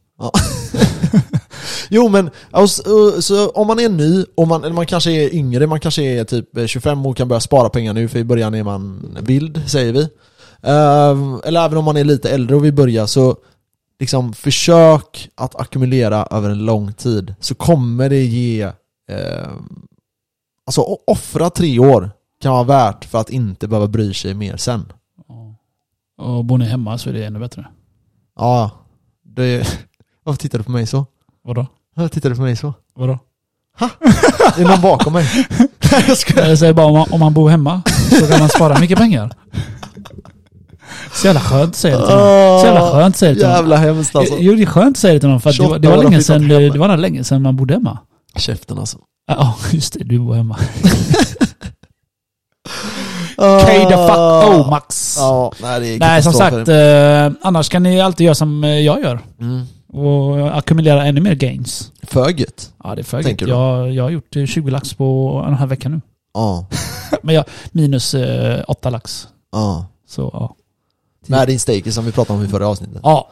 S1: Jo men, alltså, så om man är ny, och man, eller man kanske är yngre, man kanske är typ eh, 25 och kan börja spara pengar nu, för i början är man vild, säger vi. Ehm, Eller även om man är lite äldre och vill börja, så liksom försök att ackumulera över en lång tid, så kommer det ge... ehm, Alltså o- offra tre år kan vara värt för att inte behöva bry sig mer sen.
S2: Och bor ni hemma så är det ännu bättre.
S1: Ja, det... Varför tittar du på mig så?
S2: Vadå?
S1: Varför tittar du på mig så?
S2: Vadå?
S1: Är det någon bakom mig? Nej jag skojar.
S2: Jag säger bara om man, om man bor hemma så kan man spara mycket pengar. Så jävla skönt säger det till någon. Så jävla skönt säger det till någon.
S1: Ah, Jävla hemskt alltså.
S2: Jo det är skönt säger det till någon för att det var, det
S1: 28 år
S2: var
S1: har
S2: länge
S1: flyttat
S2: sedan,
S1: hem.
S2: det var länge sedan man bodde hemma.
S1: Käften alltså.
S2: Ja just det, du bor hemma.
S1: Uh,
S2: K the fuck oh Max.
S1: Ja, nej det är
S2: Nej som
S1: katastrof.
S2: sagt, eh, annars kan ni alltid göra som eh, jag gör.
S1: Mm.
S2: Och ackumulera ännu mer gains.
S1: För gött.
S2: Ja det är för gött.
S1: Tänker du?
S2: jag, jag har gjort eh, 20 lax på en halv vecka nu.
S1: Ja,
S2: Men jag, minus eh, 8 lax.
S1: ja.
S2: Så ja.
S1: Med din staker som vi pratade om i förra avsnittet.
S2: Ja.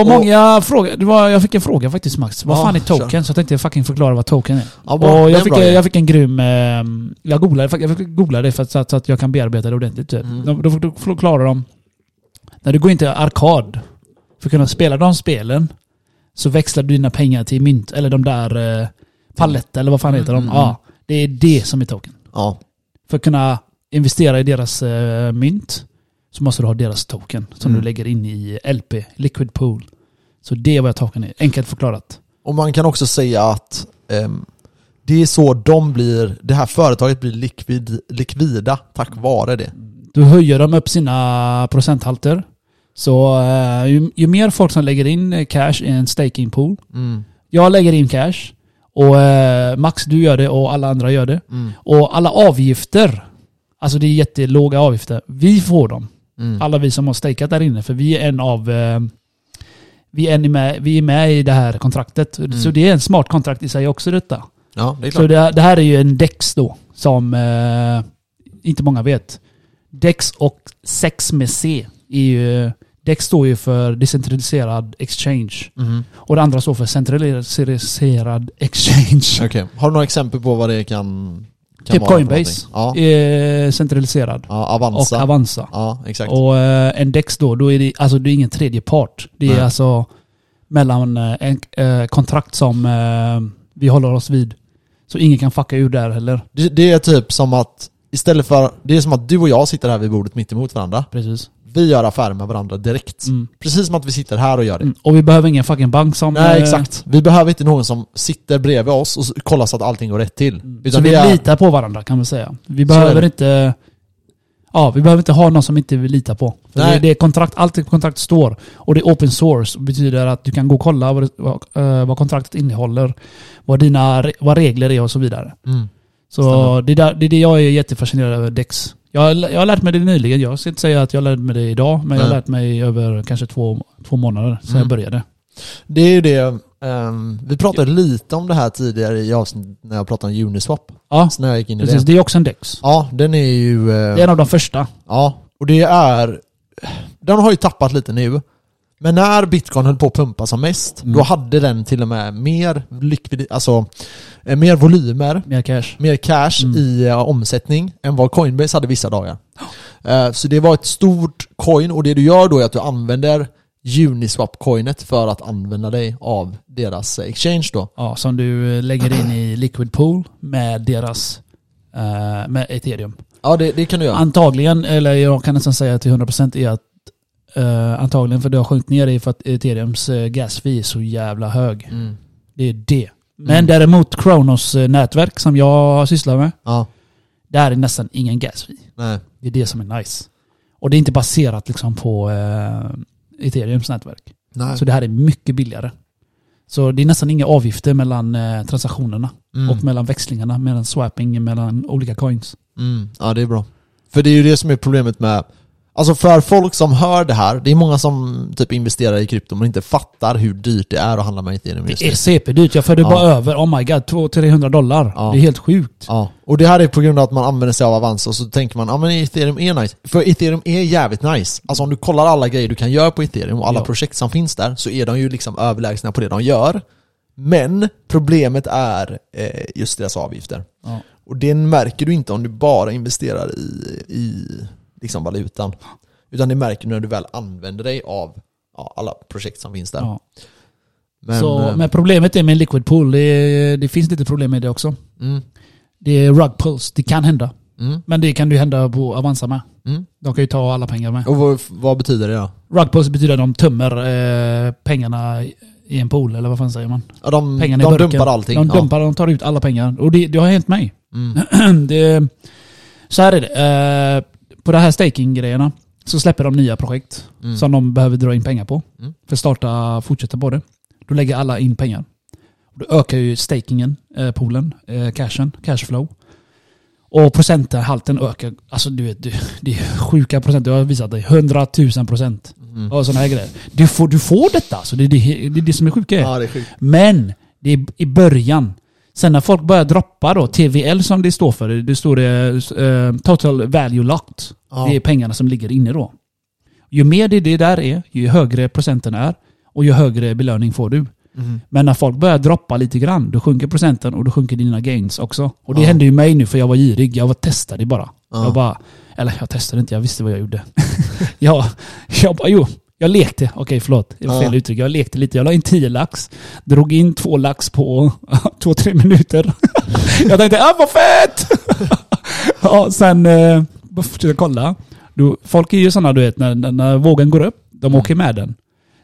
S2: Och många frågor. Det var, jag fick en fråga faktiskt Max. Vad
S1: Ja,
S2: fan är token?
S1: kör.
S2: Så jag tänkte fucking förklara vad token är.
S1: Ja, bra. Det är
S2: och jag
S1: en
S2: fick,
S1: bra grej.
S2: jag fick en grym... Eh, jag googlade fakt- jag fick googla det för att, så, att, så att jag kan bearbeta det ordentligt. Typ.
S1: Mm.
S2: De, då, då förklarar de... När du går in till arkad för att kunna spela de spelen så växlar du dina pengar till mynt eller de där eh, paletter eller vad fan heter
S1: Mm.
S2: de? Ja, det är det som är token.
S1: Ja.
S2: För att kunna investera i deras eh, mynt så måste du ha deras token som
S1: Mm.
S2: du lägger in i LP, Liquid Pool. Så det är vad jag token är, enkelt förklarat.
S1: Och man kan också säga att ehm, det är så de blir, det här företaget blir likvid, likvida tack vare det.
S2: Då höjer de upp sina procenthalter. Så eh, ju, ju mer folk som lägger in eh, cash i en staking pool.
S1: Mm.
S2: Jag lägger in cash och eh, Max du gör det och alla andra gör det.
S1: Mm.
S2: Och alla avgifter, alltså det är jättelåga avgifter, vi får dem.
S1: Mm.
S2: alla vi som har stakat där inne. För vi är en av... Eh, vi, är en med, vi är med i det här kontraktet. Så det är en smart kontrakt i sig också detta.
S1: Ja, det är klart.
S2: Så det, det här är ju en DEX då, som eh, inte många vet. DEX och sex med C är ju... DEX står ju för decentraliserad exchange.
S1: Mhm.
S2: Och det andra står för centraliserad exchange.
S1: Okej. Har du några exempel på vad det kan, kan
S2: Typ
S1: vara för
S2: Coinbase.
S1: någonting? Ja.
S2: Eh, centraliserad.
S1: ja,
S2: Och
S1: Avanza.
S2: Avanza.
S1: ja, exakt.
S2: Och eh, en DEX då, då är det, alltså, det är ingen tredje part. Det är
S1: Nej.
S2: alltså mellan eh, en eh, kontrakt som eh, vi håller oss vid. Så ingen kan fucka ur där heller.
S1: Det, det är typ som att istället för, det är som att du och jag sitter här vid bordet mitt emot varandra.
S2: Precis.
S1: Vi gör affärer med varandra direkt.
S2: Mm.
S1: Precis som att vi sitter här och gör det.
S2: Mm. Och vi behöver ingen fucking bank som...
S1: Nej
S2: eh,
S1: exakt. Vi behöver inte någon som sitter bredvid oss och s- kollar så att allting går rätt till. Utan
S2: Mm. så vi
S1: det är,
S2: litar på varandra kan man säga. Vi
S1: är
S2: behöver
S1: det.
S2: inte... Ja, vi behöver inte ha någon som inte vi litar på. För
S1: Nej.
S2: Det, det är kontrakt, allt i kontrakt står. Och det är open source. Det betyder att du kan gå och kolla vad, det- vad, eh, vad kontraktet innehåller. Vad, dina, re- vad regler är och så vidare.
S1: mm. Stämmer.
S2: Så det, där, det är det jag är jättefascinerad över, Dex. Jag, har- jag har lärt mig det nyligen. Jag ska inte säga att jag lärde mig det idag, men jag har
S1: Nej.
S2: lärt mig över kanske två, två månader sedan
S1: Mm.
S2: jag började.
S1: det är ju det, ehm, vi pratade lite om det här tidigare i avsnittet när jag pratade om Uniswap.
S2: Ja,
S1: Så när jag gick in i
S2: precis.
S1: det.
S2: Det är också en Dex.
S1: Ja, den är ju... eh,
S2: Det är en av de första.
S1: Ja, och det är... Den har ju tappat lite nu. Men när bitcoin höll på att pumpa som mest,
S2: Mm.
S1: då hade den till och med mer likvid... Alltså, eh, mer volymer,
S2: Mer cash.
S1: mer cash
S2: Mm.
S1: i eh, omsättning än vad Coinbase hade vissa dagar. Eh, så det var ett stort coin och det du gör då är att du använder Uniswap-coinet för att använda dig av deras eh, exchange då.
S2: Ja, som du eh, lägger in i Liquid Pool med deras eh, med ethereum.
S1: Ja, det, det kan du göra.
S2: Antagligen, eller jag kan nästan säga till 100% är att eh, antagligen för det har sjunkit ner i för att ethereums uh, gas fee är så jävla hög.
S1: Mm.
S2: Det är det. Men
S1: Mm.
S2: däremot Kronos eh, nätverk som jag sysslar med,
S1: Ja,
S2: där är nästan ingen gas fee.
S1: nej.
S2: Det är det som är nice. Och det är inte baserat liksom på eh, ethereums nätverk.
S1: nej.
S2: Så det här är mycket billigare. Så det är nästan inga avgifter mellan eh, transaktionerna
S1: Mm.
S2: och mellan växlingarna, mellan swapping, mellan olika coins.
S1: Mm, ja det är bra. För det är ju det som är problemet med Alltså för folk som hör det här, det är många som typ investerar i krypto men inte fattar hur dyrt det är att handla med ethereum just
S2: Det är
S1: nu.
S2: CP-dyrt. Jag förde
S1: Ja.
S2: bara över, oh my god, 200-300 dollar.
S1: Ja.
S2: Det är helt sjukt.
S1: Ja, och det här är på grund av att man använder sig av Avanza och så tänker man ja men ethereum är nice. För ethereum är jävligt nice. Alltså om du kollar alla grejer du kan göra på ethereum och alla
S2: Ja.
S1: projekt som finns där så är de ju liksom överlägsna på det de gör. Men problemet är eh, just deras avgifter.
S2: Ja.
S1: Och det märker du inte om du bara investerar i, i liksom valutan. Utan det märker du när du väl använder dig av ja, alla projekt som finns där.
S2: Ja.
S1: Men,
S2: så,
S1: eh,
S2: men problemet är med en liquid pool, det, det finns lite problem med det också.
S1: Mm,
S2: Det är rug pulls, det kan hända.
S1: mm,
S2: Men det kan du hända på Avanza med.
S1: mm.
S2: De kan ju ta alla pengar med.
S1: Och vad, vad betyder det då?
S2: Rug pulls betyder att de tömmer eh, pengarna i en pool, eller vad fan säger man?
S1: Ja, de
S2: Pengarna
S1: Mm. de
S2: i burken.
S1: dumpar allting.
S2: De dumpar, de tar ut alla pengar. Och det, det har hänt mig.
S1: Ja. Mm.
S2: det, så här är det. Eh, på de här staking-grejerna så släpper de nya projekt
S1: Mm.
S2: som de behöver dra in pengar på.
S1: Mm.
S2: För att starta, fortsätta på det. Då lägger alla in pengar. Då ökar ju stakingen, eh, poolen, eh, cashen, cashflow. Och procenthalten ökar. Alltså du vet, du, det är sjuka procent. Jag har visat dig. 100 000 procent.
S1: Mm.
S2: Och sådana här grejer. Du får, du får detta. Alltså, det, är det, det är det som är sjuka.
S1: Ja, det är sjukt.
S2: Men det är i början. Sen när folk börjar droppa då, TVL som det står för, det står det eh, Total Value Locked.
S1: Ja.
S2: Det är pengarna som ligger inne då. Ju mer det, det där är, ju högre procenten är och ju högre belöning får du. Men när folk börjar droppa lite grann, då sjunker procenten och då sjunker dina gains också. Och det
S1: Ja.
S2: hände ju mig nu för jag var girig. Jag var testade bara.
S1: Ja.
S2: Jag bara, eller jag testade inte, jag visste vad jag gjorde. jag, jag bara, jo, jag lekte. Okej, förlåt. Det var fel
S1: Ja.
S2: uttryck. Jag lekte lite. Jag la in 10 lax, drog in två lax på två, tre minuter. jag tänkte, ah vad fett! ja, sen eh, bara fortsätter kolla. Du, folk är ju sådana, du vet, när, när, när vågen går upp, de
S1: Mm.
S2: åker med den.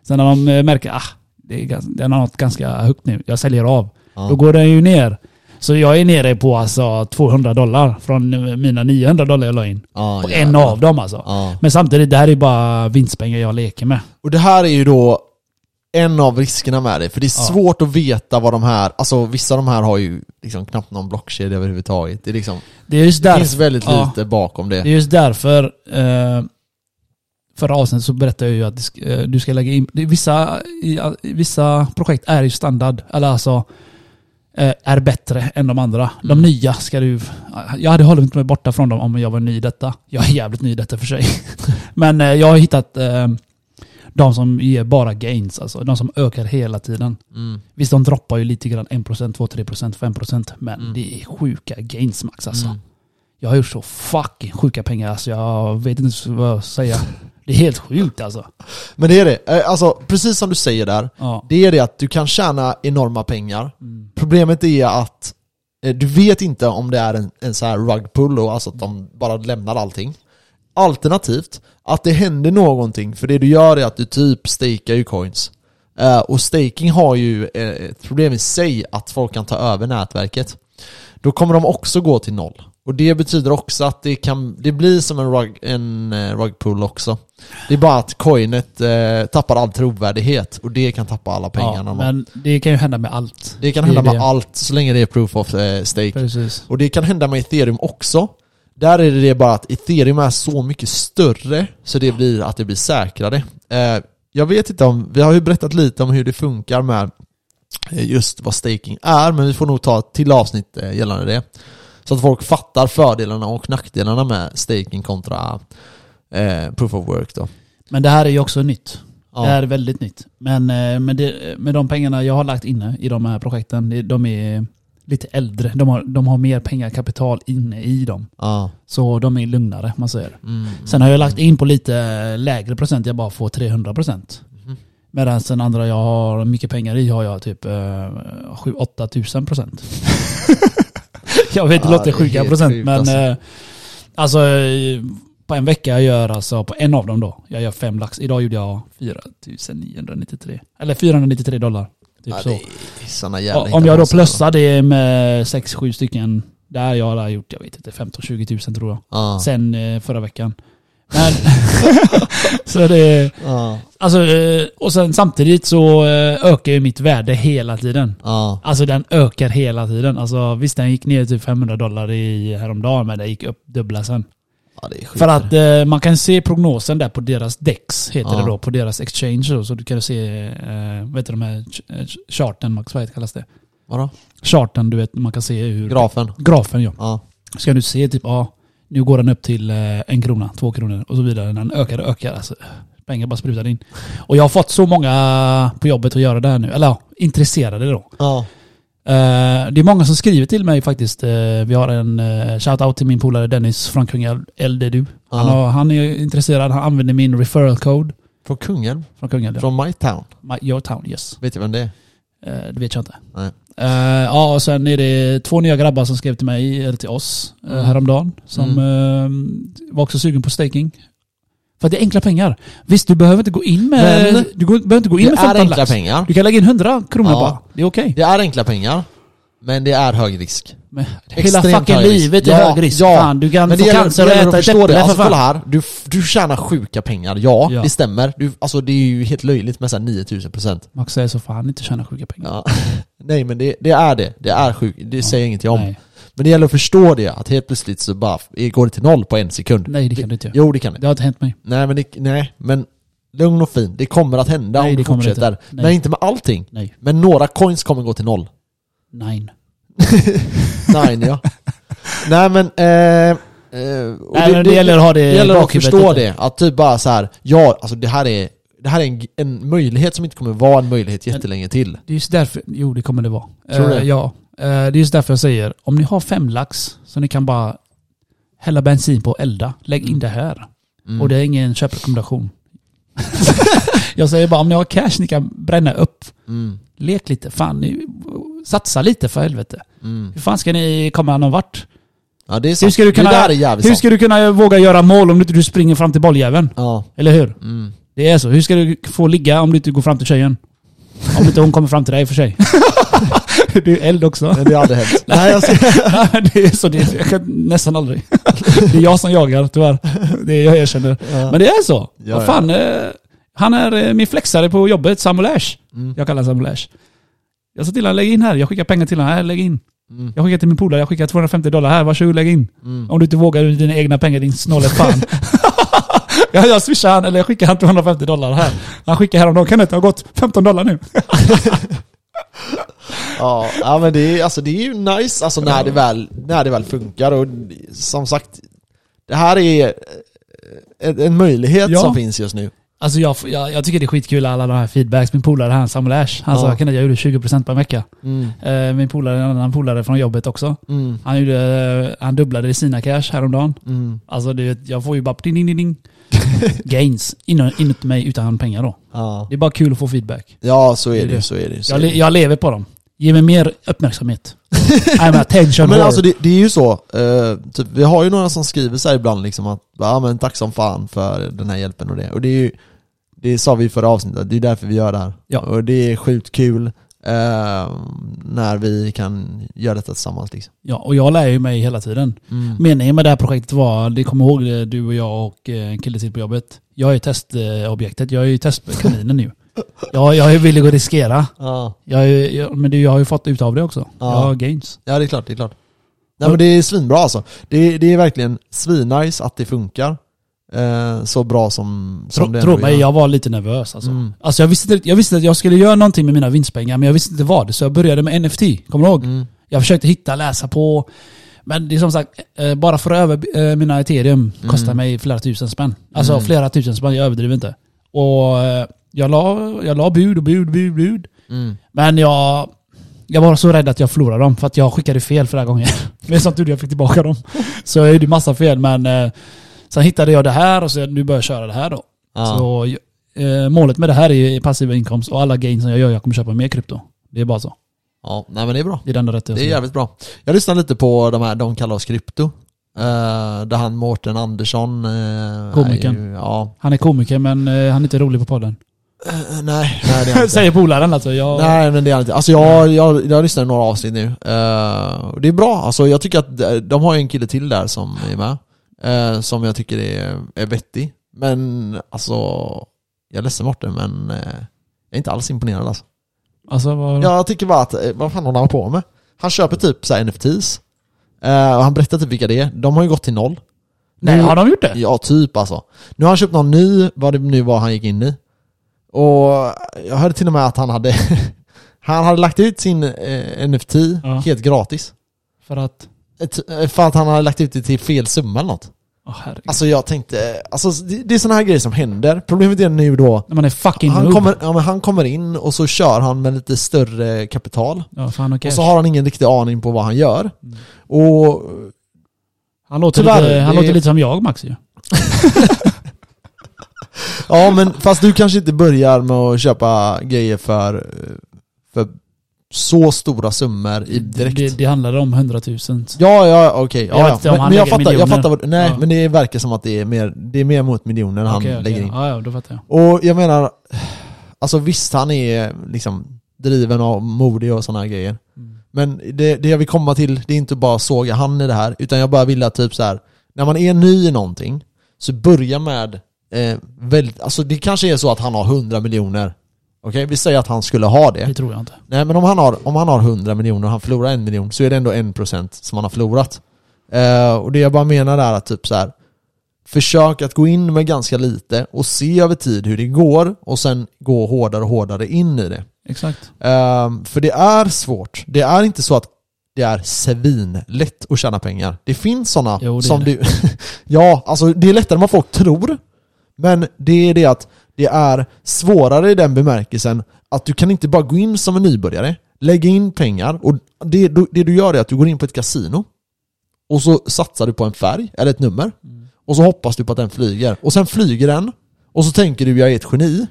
S2: Sen när de eh, märker, ah, det är, gans- den har något ganska högt nu, jag säljer av.
S1: Ja.
S2: Då går den ju ner. Så jag är nere på alltså 200 dollar från eh, mina 900 dollar jag la in.
S1: Ja,
S2: på en
S1: jävlar.
S2: av dem alltså.
S1: Ja.
S2: Men samtidigt, det här är bara vinstpengar jag leker med.
S1: Och det här är ju då en av riskerna med det, för det är
S2: Ja.
S1: svårt att veta vad de här, alltså vissa av de här har ju liksom knappt någon blockkedja överhuvudtaget. Det, är liksom,
S2: Det är just,
S1: det
S2: där,
S1: finns väldigt
S2: ja.
S1: lite bakom det.
S2: det är just därför eh, förra avsnittet så berättade jag ju att det sk- eh, du ska lägga in... Det, är vissa, i, i, vissa projekt är ju standard, eller alltså eh, är bättre än de andra. De
S1: Mm.
S2: nya ska du... Jag hade hållit mig borta från dem om jag var ny i detta. Jag är jävligt ny i detta för sig. Men eh, jag har hittat eh, de som ger bara gains, alltså de som ökar hela tiden.
S1: Mm.
S2: Visst, de droppar ju lite grann 1%, 2%, 3%, 5% men
S1: Mm.
S2: det är sjuka gains max alltså.
S1: Mm.
S2: Jag har gjort så fucking sjuka pengar alltså. Jag vet inte vad jag ska säga. Det är helt sjukt alltså.
S1: Men det är det, Eh, alltså precis som du säger där,
S2: Ja.
S1: det är det att du kan tjäna enorma pengar.
S2: Mm.
S1: Problemet är att eh, du vet inte om det är en, en så här rug pull, och alltså att de bara lämnar allting. Alternativt, att det händer någonting, för det du gör är att du typ stakar ju coins. Eh, och staking har ju eh, ett problem i sig att folk kan ta över nätverket. Då kommer de också gå till noll. Och det betyder också att det, kan, det blir som en rug, en eh, rug pull också. Det är bara att coinet eh, tappar all trovärdighet och det kan tappa alla pengarna.
S2: Ja,
S1: man
S2: men det kan ju hända med allt.
S1: det kan
S2: Det är
S1: hända med
S2: det.
S1: allt så länge det är proof of eh, stake.
S2: Precis.
S1: Och det kan hända med ethereum också. Där är det det bara att ethereum är så mycket större så det blir att det blir säkrare. Eh, jag vet inte om, vi har ju berättat lite om hur det funkar med eh, just vad staking är, men vi får nog ta ett till avsnitt eh, gällande det. Så att folk fattar fördelarna och nackdelarna med staking kontra eh, proof of work då.
S2: Men det här är ju också nytt.
S1: Ja.
S2: Det här är väldigt nytt. Men eh, med, det, med de pengarna jag har lagt inne i de här projekten, det- de är lite äldre. De har, de har mer pengar, kapital inne i dem.
S1: Ja.
S2: Så de är lugnare, man säger.
S1: Mm.
S2: Sen har jag lagt in på lite lägre procent, jag bara får 300 procent.
S1: Mhm.
S2: Medan den andra jag har mycket pengar i har jag typ eh, 7-8 tusen procent. jag vet, det
S1: Ja,
S2: låter
S1: det är
S2: sjuka
S1: helt
S2: procent
S1: sjukt,
S2: men
S1: alltså.
S2: eh, alltså eh, på en vecka jag gör alltså, på en av dem då, jag gör fem lax. Idag gjorde jag 4993, eller 493 dollar. Typ
S1: Ja,
S2: så.
S1: det är såna jävla alltså.
S2: Ja, Om jag då
S1: hittepåsar.
S2: plussar det med 6-7 stycken där jag har gjort, jag vet inte, 15-20 tusen tror jag
S1: Ja.
S2: sen eh, förra veckan. Men, så det,
S1: Ja.
S2: alltså, eh, och sen samtidigt så eh, ökar ju mitt värde hela tiden.
S1: Ja.
S2: Alltså den ökar hela tiden. Alltså, visst den gick ner till 500 dollar i, häromdagen men den gick upp dubbla sen.
S1: Ja, det är sjukt.
S2: För att eh, man kan se prognosen där på deras DEX, heter
S1: Ja.
S2: det då, på deras exchange. Då, så du kan se, eh, vad heter de här, ch- eh, ch- charten, Max, vad heter- kallas det?
S1: Vadå?
S2: Charten, du vet, man kan se hur...
S1: Grafen?
S2: grafen ja.
S1: Ja.
S2: ska du se typ, ja, nu går den upp till eh, en krona, två kronor och så vidare. Den ökar och ökar. Alltså, pengar bara sprutar in. Och jag har fått så många på jobbet att göra det här nu. Eller ja, intresserade då.
S1: Ja.
S2: Eh, det är många som skriver till mig faktiskt. Eh, vi har en uh, shout-out till min polare Dennis från Kungälv, Eld är du. Han,
S1: Ja.
S2: har, han är intresserad, han använder min referral code
S1: Från Kungälv?
S2: från Kungälv.
S1: Från My Town?
S2: My, your town, yes.
S1: Vet du vem det är?
S2: Eh, det vet jag inte.
S1: Nej.
S2: Eh, ja, och sen är det två nya grabbar som skrev till mig, eller till oss, eh,
S1: Mm.
S2: häromdagen. Som eh, var också sugen på staking. För att det är enkla pengar. Visst, du behöver inte gå in med...
S1: Men-
S2: du går, behöver inte gå in
S1: Det
S2: med
S1: är
S2: 15
S1: enkla
S2: lax.
S1: pengar.
S2: Du kan lägga in 100 kronor
S1: Ja.
S2: bara. Det är okej.
S1: Det är enkla pengar. Men det är hög risk.
S2: Men Hela
S1: Extremt
S2: fucking
S1: hög risk.
S2: livet är
S1: Ja,
S2: hög risk.
S1: ja.
S2: Fan, du kan
S1: Men det
S2: få
S1: gäller,
S2: cancer
S1: det
S2: och
S1: gäller
S2: äta
S1: att
S2: ett
S1: förstå
S2: äpple
S1: det.
S2: för
S1: Alltså kolla
S2: fan.
S1: här. Du, f- du tjänar sjuka pengar, ja.
S2: Ja.
S1: Det stämmer. Du, alltså det är ju helt löjligt med såhär 9000 procent.
S2: Max säger så, fan inte tjäna sjuka pengar.
S1: Ja. Nej men det, det är det. Det är sjukt. Det säger jag ingenting om.
S2: Nej.
S1: Men det gäller att förstå det. Att helt plötsligt så bara f- går det till noll på en sekund.
S2: Nej, det kan du inte göra.
S1: Jo det kan det.
S2: Det har inte hänt mig.
S1: Nej men, det, nej, men lugn och fin. Det kommer att hända
S2: Nej,
S1: om
S2: det
S1: du
S2: kommer det
S1: fortsätter.
S2: inte. Nej.
S1: Men inte med allting.
S2: Nej.
S1: Men några coins kommer gå till noll.
S2: Nej.
S1: Nej, ja. Nej men, eh, Eh, och
S2: Nej, men det gäller att ha det i
S1: gäller att
S2: bakhuvudet
S1: förstå
S2: lite.
S1: det. Att typ bara så här, ja, alltså det här är, det här är en, en möjlighet som inte kommer vara en möjlighet jättelänge till.
S2: Det är just därför, jo det kommer det vara.
S1: Tror du
S2: Eh,
S1: det?
S2: Ja. Eh, det är just därför jag säger, om ni har fem lax så ni kan bara hälla bensin på och elda, lägg in det här.
S1: Mm.
S2: Och det är ingen köprekommendation. jag säger bara, om ni har cash ni kan bränna upp,
S1: Mm,
S2: lek lite, fan ni, satsa lite för helvete.
S1: mm.
S2: Hur fan ska ni komma någon vart?
S1: Ja det är sant.
S2: Hur ska du kunna,
S1: det där är jävligt
S2: hur
S1: sant.
S2: ska du kunna våga göra mål om du inte du springer fram till bolljäveln?
S1: Ja.
S2: Eller hur?
S1: Mm.
S2: Det är så. Hur ska du få ligga om du inte går fram till tjejen? Om inte hon kommer fram till dig i och för sig. du är eld också.
S1: Men det har aldrig hänt. Nej, jag ser,
S2: Nej, men det är så. Det är, jag kan, nästan aldrig. det är jag som jagar, tyvärr. Det är, jag erkänner.
S1: ja.
S2: Men det är så.
S1: Ja,
S2: Vad fan. eh, Han är eh, min flexare på jobbet, Samuel Ash.
S1: Mm.
S2: Jag kallar honom Samuel Ash. Jag sa till honom, lägg in här. Jag skickar pengar till honom. Här, lägg in.
S1: Mm.
S2: Jag skickar till min polare. Jag skickar 250 dollar. Här, varsågod, lägg in.
S1: Mm.
S2: Om du inte vågar med dina egna pengar, din snåle fan. jag, jag swishar han, eller jag skickar han 250 dollar här. Han skickar häromdagen, Kenneth det har gått 15 dollar nu.
S1: Ja, ja men det är, alltså, det är ju nice alltså, när, det väl, när det väl funkar och som sagt Det här är eh, en, en möjlighet
S2: Ja.
S1: som finns just nu
S2: Alltså jag, jag, jag tycker det är skitkul alla de här feedbacks. Min polare här, Samuel Ash, han sa
S1: Ja.
S2: Kenneth jag gjorde 20% på en vecka.
S1: mm.
S2: Eh, min polare, en annan polare från jobbet också.
S1: Mm.
S2: Han, gjorde, eh, han dubblade sina cash häromdagen.
S1: Mm.
S2: Alltså du vet, jag får ju bara ding, ding, ding, ding. gains inom, inuti mig utan pengar då.
S1: Ja.
S2: Det är bara kul att få feedback.
S1: ja, så är
S2: Det är
S1: det,
S2: det.
S1: så är det, så är
S2: Jag,
S1: det.
S2: le, jag lever på dem. Ge mig mer uppmärksamhet. I'm attention
S1: Men
S2: whore.
S1: alltså det, det är ju så, eh, typ, vi har ju några som skriver så här ibland liksom att ja men tack som fan för den här hjälpen och det. Och det är ju, det sa vi i förra avsnittet, det är därför vi gör det här.
S2: Ja.
S1: Och det är sjukt kul eh, när vi kan göra detta tillsammans liksom.
S2: Ja, och jag lär ju mig hela tiden.
S1: Mm.
S2: Meningen med det här projektet var, det kommer ihåg eh, du och jag och eh, en kille till på jobbet. Jag är ju testobjektet, jag är ju testkaninen nu. Jag, jag är villig att riskera.
S1: Ja.
S2: Jag är, jag, men det, jag har ju fått ut av det också.
S1: Ja.
S2: Jag har gains.
S1: Ja det är klart, det är klart. Nej men det är svinbra alltså. Det, det är verkligen svinnice att det funkar. Eh, så bra som, som
S2: Tro,
S1: det
S2: tro
S1: ändå
S2: mig,
S1: gör.
S2: jag var lite nervös alltså.
S1: Mm.
S2: alltså jag, visste, inte- jag visste att jag skulle göra någonting med mina vinstpengar, men jag visste inte vad. Så jag började med NFT, kommer du ihåg?
S1: Mm.
S2: Jag försökte hitta, läsa på. Men det är som sagt, eh, bara för att över eh, mina ethereum kostar
S1: Mm.
S2: mig flera tusen spänn. Alltså
S1: Mm.
S2: flera tusen spänn, jag överdriver inte. Och eh, jag la, jag la bud och bud, bud, bud.
S1: Mm.
S2: Men jag, jag var så rädd att jag förlorade dem för att jag skickade fel förra gången. Men som tur var, jag fick tillbaka dem. Så jag gjorde massa fel men eh, sen hittade jag det här och så nu börjar jag köra det här då.
S1: Ja.
S2: Så eh, målet med det här är ju passiva inkomst och alla gains som jag gör, jag kommer köpa mer krypto. Det är bara så.
S1: ja, nej men det är bra.
S2: Det är det enda rätta jag
S1: Det är
S2: säger.
S1: jävligt bra. Jag lyssnade lite på de här, de kallar oss krypto. Eh, där han Mårten Andersson... Uh,
S2: Komikern.
S1: ja.
S2: Han är komiker men eh, han är inte rolig på podden.
S1: Eh, nej, nej det är han inte.
S2: Säger polaren alltså. Jag,
S1: Nej men det är han inte. Alltså jag, jag, jag lyssnar i några avsnitt nu. Eh, och det är bra. Alltså jag tycker att de- de har ju en kille till där som är med. eh, som jag tycker är, är vettig. Men alltså, jag är ledsen Mårten men eh, jag är inte alls imponerad alltså.
S2: Alltså, vad,
S1: Jag tycker bara att, eh, vad fan håller han på med? Han köper typ så här NFTs. Eh, och han berättar typ vilka det är. De har ju gått till noll.
S2: nej,
S1: Nu-
S2: har de gjort det?
S1: Ja, typ alltså. Nu har han köpt någon ny, vad det nu var han gick in i. Och jag hörde till och med att han hade Han hade lagt ut sin eh, NFT
S2: Ja.
S1: helt gratis.
S2: För att...
S1: Ett, eh, för att han hade lagt ut det till fel summa eller något.
S2: Åh herregud.
S1: Alltså jag tänkte, eh, alltså det, det är sådana här grejer som händer. Problemet är nu då,
S2: När man är fucking noob.
S1: han kommer, ja, men han kommer in och så kör han med lite större kapital.
S2: Ja, fan och
S1: Och
S2: cash.
S1: så har han ingen riktig aning på vad han gör.
S2: Mm.
S1: Och
S2: Han låter,
S1: Tyvärr,
S2: lite, han
S1: det är-
S2: låter lite som jag Max ju.
S1: Ja men fast du kanske inte börjar med att köpa grejer för, eh, för så stora summor i direkt.
S2: Det, det handlade om 100 000.
S1: Ja, ja, okej.
S2: Jag vet
S1: Ja,
S2: inte
S1: ja.
S2: om
S1: Men,
S2: han
S1: men jag
S2: lägger
S1: fattar, jag
S2: miljoner.
S1: fattar vad, Nej,
S2: Ja.
S1: men det verkar som att det är mer, det är mer mot miljoner han
S2: Okej, okej.
S1: lägger in.
S2: Ja, ja, då fattar jag.
S1: Och jag menar, alltså visst han är liksom driven av modig och sådana grejer.
S2: Mm.
S1: Men det, det jag vill komma till, det är inte bara att såga han i det här, utan jag bara vill att typ så här, när man är ny i någonting, så börja med eh, väldigt, alltså det kanske är så att han har 100 miljoner. Okej, vi säger att han skulle ha det.
S2: Det tror jag inte.
S1: Nej men om han har, om han har 100 miljoner och han förlorar en miljon så är det ändå 1% som han har förlorat. Eh, och det jag bara menar är att typ så här försök att gå in med ganska lite och se över tid hur det går och sen gå hårdare och hårdare in i det.
S2: Exakt.
S1: Ehm, för det är svårt. Det är inte så att Det är svinlätt att tjäna pengar. Det finns sådana
S2: Jo, det är
S1: som
S2: det.
S1: du... ja, alltså det är lättare än vad folk tror. Men det är det att det är svårare i den bemärkelsen att du kan inte bara gå in som en nybörjare, lägga in pengar och det, du- det du gör är att du går in på ett kasino och så satsar du på en färg eller ett nummer och så hoppas du på att den flyger och sen flyger den och så tänker du jag är ett geni.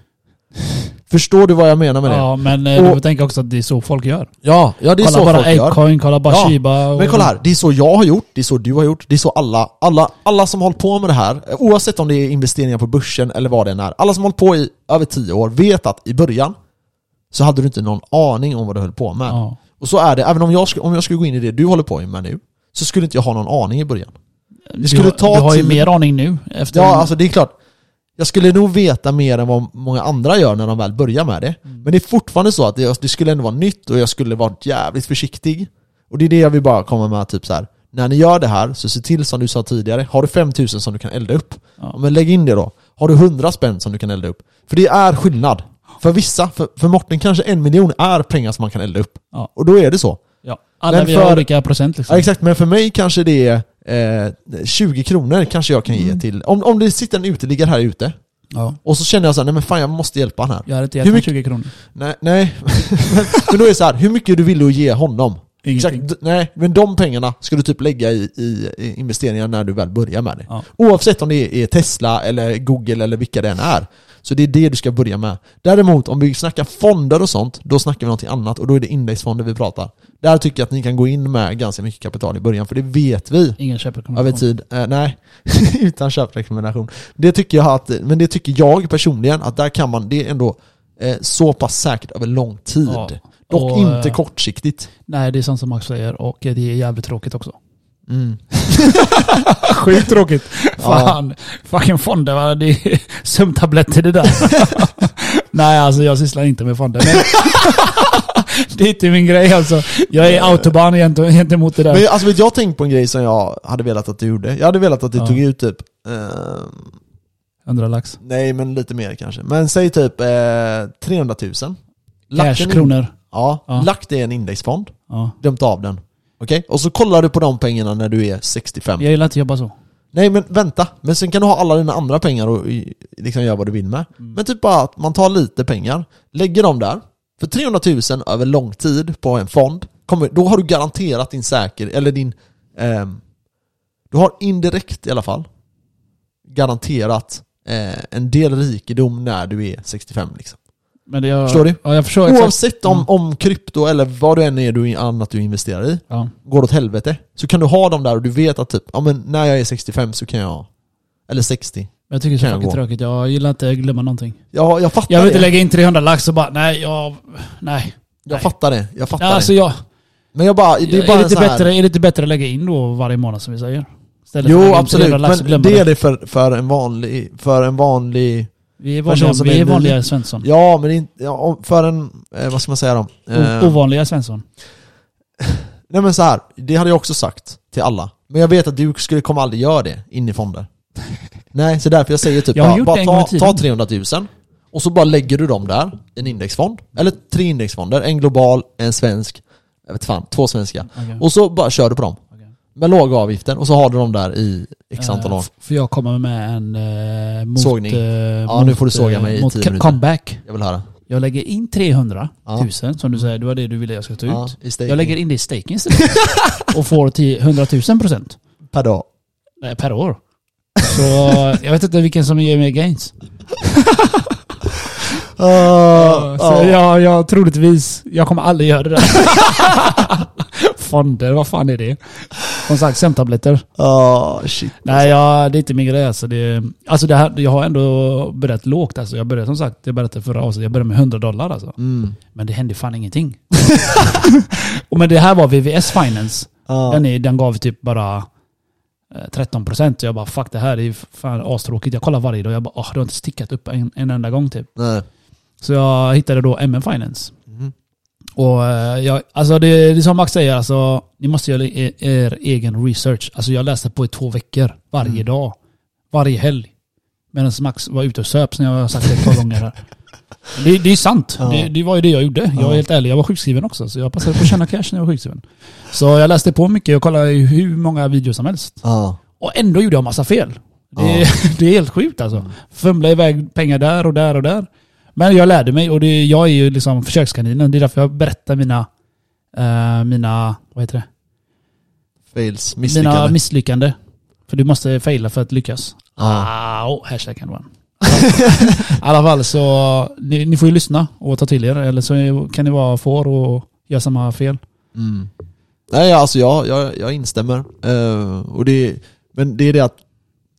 S1: Förstår du vad jag menar med det?
S2: Ja, men eh, du
S1: Och-
S2: får tänka också att det är så folk gör.
S1: Ja, ja det är
S2: kolla
S1: så
S2: bara
S1: folk gör.
S2: Apecoin, kolla bara
S1: Ja,
S2: Shiba. och-
S1: Men kolla här, det är så jag har gjort, det är så du har gjort, det är så alla, alla, alla som hållit på med det här, oavsett om det är investeringar på börsen eller vad det än är, alla som hållit på i över tio år vet att i början så hade du inte någon aning om vad du höll på med.
S2: Ja.
S1: Och så är det, även om jag, sk- om jag skulle gå in i det du håller på med nu, så skulle inte jag ha någon aning i början.
S2: Det
S1: skulle
S2: du,
S1: ta
S2: du har ju
S1: tid.
S2: mer aning nu. Efter
S1: Ja, alltså det är klart. Jag skulle nog veta mer än vad många andra gör när de väl börjar med det.
S2: Mm.
S1: Men det är fortfarande så att det, det skulle ändå vara nytt och jag skulle vara jävligt försiktig. Och det är det jag vill bara komma med, typ så här. När ni gör det här, så se till som du sa tidigare, har du 5000 som du kan elda upp,
S2: Ja.
S1: ja. men lägg in det då. Har du 100 spänn som du kan elda upp? För det är skillnad. För vissa, för, för Morten kanske en miljon är pengar som man kan elda upp.
S2: Ja.
S1: Och då är det så.
S2: ja. Alla
S1: Men
S2: vi har
S1: för-
S2: olika procent liksom.
S1: Ja, exakt, men för mig kanske det är eh, 20 kronor kanske jag kan
S2: Mm.
S1: ge till, om, om det sitter en uteliggare här ute,
S2: Ja.
S1: och så känner jag så här, nej men fan jag måste hjälpa han här.
S2: Jag hade inte
S1: Hur
S2: gett mig
S1: mycket-
S2: 20 kronor.
S1: Nej, nej. men, men då är det så här, hur mycket är du villig att ge honom?
S2: Ingenting.
S1: d- nej, men de pengarna ska du typ lägga i, i, i investeringar när du väl börjar med det.
S2: Ja.
S1: Oavsett om det är Tesla eller Google eller vilka det än är. Så det är det du ska börja med. Däremot om vi snackar fonder och sånt, då snackar vi någonting annat och då är det indexfonder vi pratar. Där tycker jag att ni kan gå in med ganska mycket kapital i början, för det vet vi
S2: Ingen köper
S1: över tid. Eh, nej, utan köprekommendation. Det tycker jag att, men det tycker jag personligen att där kan man, det är ändå eh, så pass säkert över lång tid.
S2: Ja.
S1: Dock
S2: Och,
S1: inte
S2: eh,
S1: kortsiktigt.
S2: Nej, det är sånt som Max säger och eh, det är jävligt tråkigt också.
S1: Mm.
S2: Sjukt tråkigt. Fan, fucking fonder va? Det är sömntabletter det där. Nej alltså jag sysslar inte med fonder. Men det är inte min grej alltså. Jag är autobahn gent- gentemot det där.
S1: Men alltså vet, jag har tänkt på en grej som jag hade velat att du gjorde. Jag hade velat att du
S2: Ja.
S1: tog ut typ, eh,
S2: 100 lax.
S1: nej men lite mer kanske. Men säg typ eh, 300 000. Lagt
S2: Cash,
S1: en-
S2: kronor.
S1: Ja,
S2: Ja.
S1: lagt det i en indexfond.
S2: Ja.
S1: Dömt av den. Okej? Och så kollar du på de pengarna när du är 65.
S2: Jag gillar inte att jobba så.
S1: Nej men vänta, men sen kan du ha alla dina andra pengar och i- liksom göra vad du vill med. Men typ bara att man tar lite pengar, lägger dem där. För 300 000 över lång tid på en fond, kommer, då har du garanterat din säker, eller din... ehm, du har indirekt i alla fall garanterat eh, en del rikedom när du är 65 liksom.
S2: Men det jag,
S1: Förstår du?
S2: Ja, jag förstår exakt.
S1: Oavsett om, om krypto eller vad du än är du, annat du investerar i,
S2: Ja.
S1: går åt helvete så kan du ha dem där och du vet att typ, ja men när jag är 65 så kan jag, eller 60.
S2: Men jag tycker det
S1: Kan
S2: är
S1: jag
S2: så fucking
S1: gå?
S2: tråkigt. Jag gillar inte att glömma någonting.
S1: Ja, jag fattar
S2: Jag vill inte
S1: det.
S2: lägga in 300 lax och bara nej, jag... Nej.
S1: jag fattar det. Jag fattar
S2: Ja, alltså
S1: det.
S2: jag...
S1: Men jag bara, det
S2: Det
S1: är
S2: är,
S1: bara
S2: det
S1: en
S2: inte
S1: sån här...
S2: bättre, är det inte bättre att lägga in då varje månad som vi säger? Istället för
S1: Jo,
S2: att lägga in
S1: absolut.
S2: 300 lax och
S1: Men
S2: glömma
S1: det är
S2: det.
S1: det för, för en vanlig, för en vanlig,
S2: Vi är
S1: Person
S2: vanliga,
S1: som
S2: vi
S1: är
S2: är vanliga
S1: ny.
S2: Svensson.
S1: ja men det är inte- ja, om- för en, eh, vad ska man säga då? Eh,
S2: O- Ovanliga Svensson.
S1: nej men så här, det hade jag också sagt till alla. Men jag vet att du skulle kommer aldrig göra det in i fonder. nej, så därför jag säger typ
S2: Jag har
S1: bara,
S2: gjort det
S1: bara
S2: en gång i
S1: ta, ta
S2: tiden.
S1: 300 000 och så bara lägger du dem där i en indexfond. Eller tre indexfonder, en global, en svensk, jag vet fan, två svenska.
S2: Okej.
S1: Och så bara kör du på dem.
S2: Okej.
S1: Med låga avgifter och så har du dem där i x antal
S2: Eh,
S1: år.
S2: f- För jag kommer med en... eh, mot,
S1: Sågning.
S2: eh,
S1: Ja, nu får du såga
S2: eh,
S1: mig i
S2: mot
S1: 10
S2: ca-
S1: minuter.
S2: comeback.
S1: Jag vill höra.
S2: Jag lägger in 300
S1: Ja.
S2: 000 som du säger, det var det du ville jag skulle ta ut.
S1: Ja, i staking.
S2: Jag lägger in det i staking istället. och får till 100 000 procent
S1: Per dag.
S2: eh, per år. Så jag vet inte vilken som ger mer gains.
S1: Ah,
S2: Så
S1: ah.
S2: jag, jag troligtvis, jag kommer aldrig göra det där. Fonder, vad fan är det? Som sagt, sömntabletter.
S1: Ah, shit.
S2: Nej, jag, det är inte min grej alltså. Det, alltså det här, jag har ändå börjat lågt alltså. Jag började som sagt, jag började förra avsnittet, jag började med 100 dollar alltså.
S1: Mm.
S2: Men det hände fan ingenting. och men det här var VVS Finance.
S1: Ah.
S2: Den, är, den gav typ bara eh, 13 procent. Jag bara fuck det här, det är ju fan astråkigt. Jag kollar varje dag, jag bara åh, det har inte stickat upp en, en enda gång typ.
S1: Nej. Mm.
S2: Så jag hittade då MN Finance. Och eh, jag, alltså det, det är som Max säger, alltså, ni måste göra er, er egen research. Alltså jag läste på i två veckor, varje
S1: Mm.
S2: dag, varje helg. Medan Max var ute och söp, som jag har sagt det ett par gånger här. Det, det är sant.
S1: Ja.
S2: Det, det var ju det jag gjorde. Jag
S1: Ja.
S2: är helt ärlig, jag var sjukskriven också. Så jag passade på att tjäna cash när jag var sjukskriven. Så jag läste på mycket, jag kollade ju hur många videos som helst.
S1: Ja.
S2: Och ändå gjorde jag massa fel. Det,
S1: Ja.
S2: det är helt sjukt alltså. Fumla iväg pengar där och där och där. Men jag lärde mig och det, jag är ju liksom försökskaninen. Det är därför jag berättar mina, eh, mina, vad heter det?
S1: Fails,
S2: Mina
S1: misslyckande.
S2: misslyckande. För du måste faila för att lyckas.
S1: ja.
S2: Ah, oh, hashtag kan man. I alla fall så, ni, ni får ju lyssna och ta till er. Eller så kan ni vara får och göra samma fel.
S1: Mm. Nej, alltså jag, jag, jag instämmer. Eh, och det, men det är det att,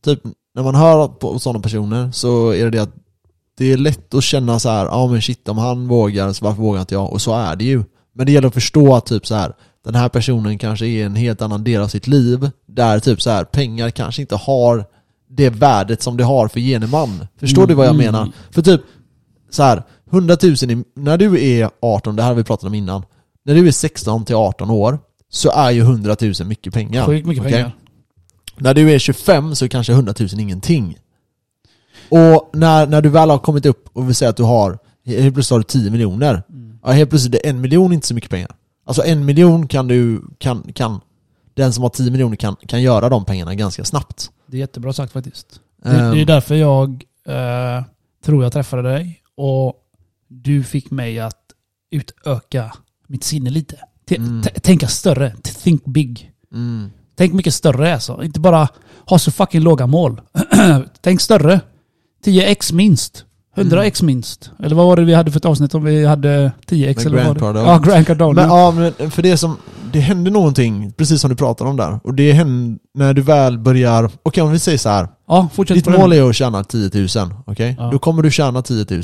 S1: typ, när man hör på sådana personer så är det det att det är lätt att känna så här, ja ah, men shit om han vågar så varför vågar inte jag? Och så är det ju. Men det gäller att förstå att typ så här, den här personen kanske är en helt annan del av sitt liv där typ så här, pengar kanske inte har det värdet som det har för gemene man. Förstår du vad jag
S2: Mm.
S1: menar? För typ, så här, 100 000 i, när du är 18, det här har vi pratat om innan, när du är 16 till 18 år så är ju 100 000 mycket pengar.
S2: Sjukt mycket
S1: Okej?
S2: pengar.
S1: När du är 25 så är kanske 100 000 ingenting. Och när, när du väl har kommit upp och vill säga att du har, helt plötsligt har du 10 miljoner.
S2: Mm.
S1: Ja, helt plötsligt är en miljon inte så mycket pengar. Alltså en miljon kan du, kan, kan, den som har 10 miljoner kan, kan göra de pengarna ganska snabbt.
S2: Det är jättebra sagt faktiskt. Det,
S1: Ehm,
S2: det är därför jag eh, tror jag träffade dig och du fick mig att utöka mitt sinne lite. T-
S1: Mm.
S2: t- tänka större. T- Think big.
S1: mm,
S2: Tänk mycket större alltså. Inte bara ha så fucking låga mål. Tänk större. 10x minst. 100x minst. Eller vad var det vi hade för ett avsnitt om vi hade 10x?
S1: Mm. Med
S2: eller vad var det?
S1: Grant Cardone.
S2: Ja, Grand Cardone.
S1: Men, ja, men för det som, det hände någonting, precis som du pratade om där. Och det hände när du väl börjar, okej om vi säger så här.
S2: ja, fortsätt
S1: Ditt
S2: på den.
S1: mål är att tjäna 10 000, okej?
S2: Ja.
S1: Då kommer du tjäna 10 000.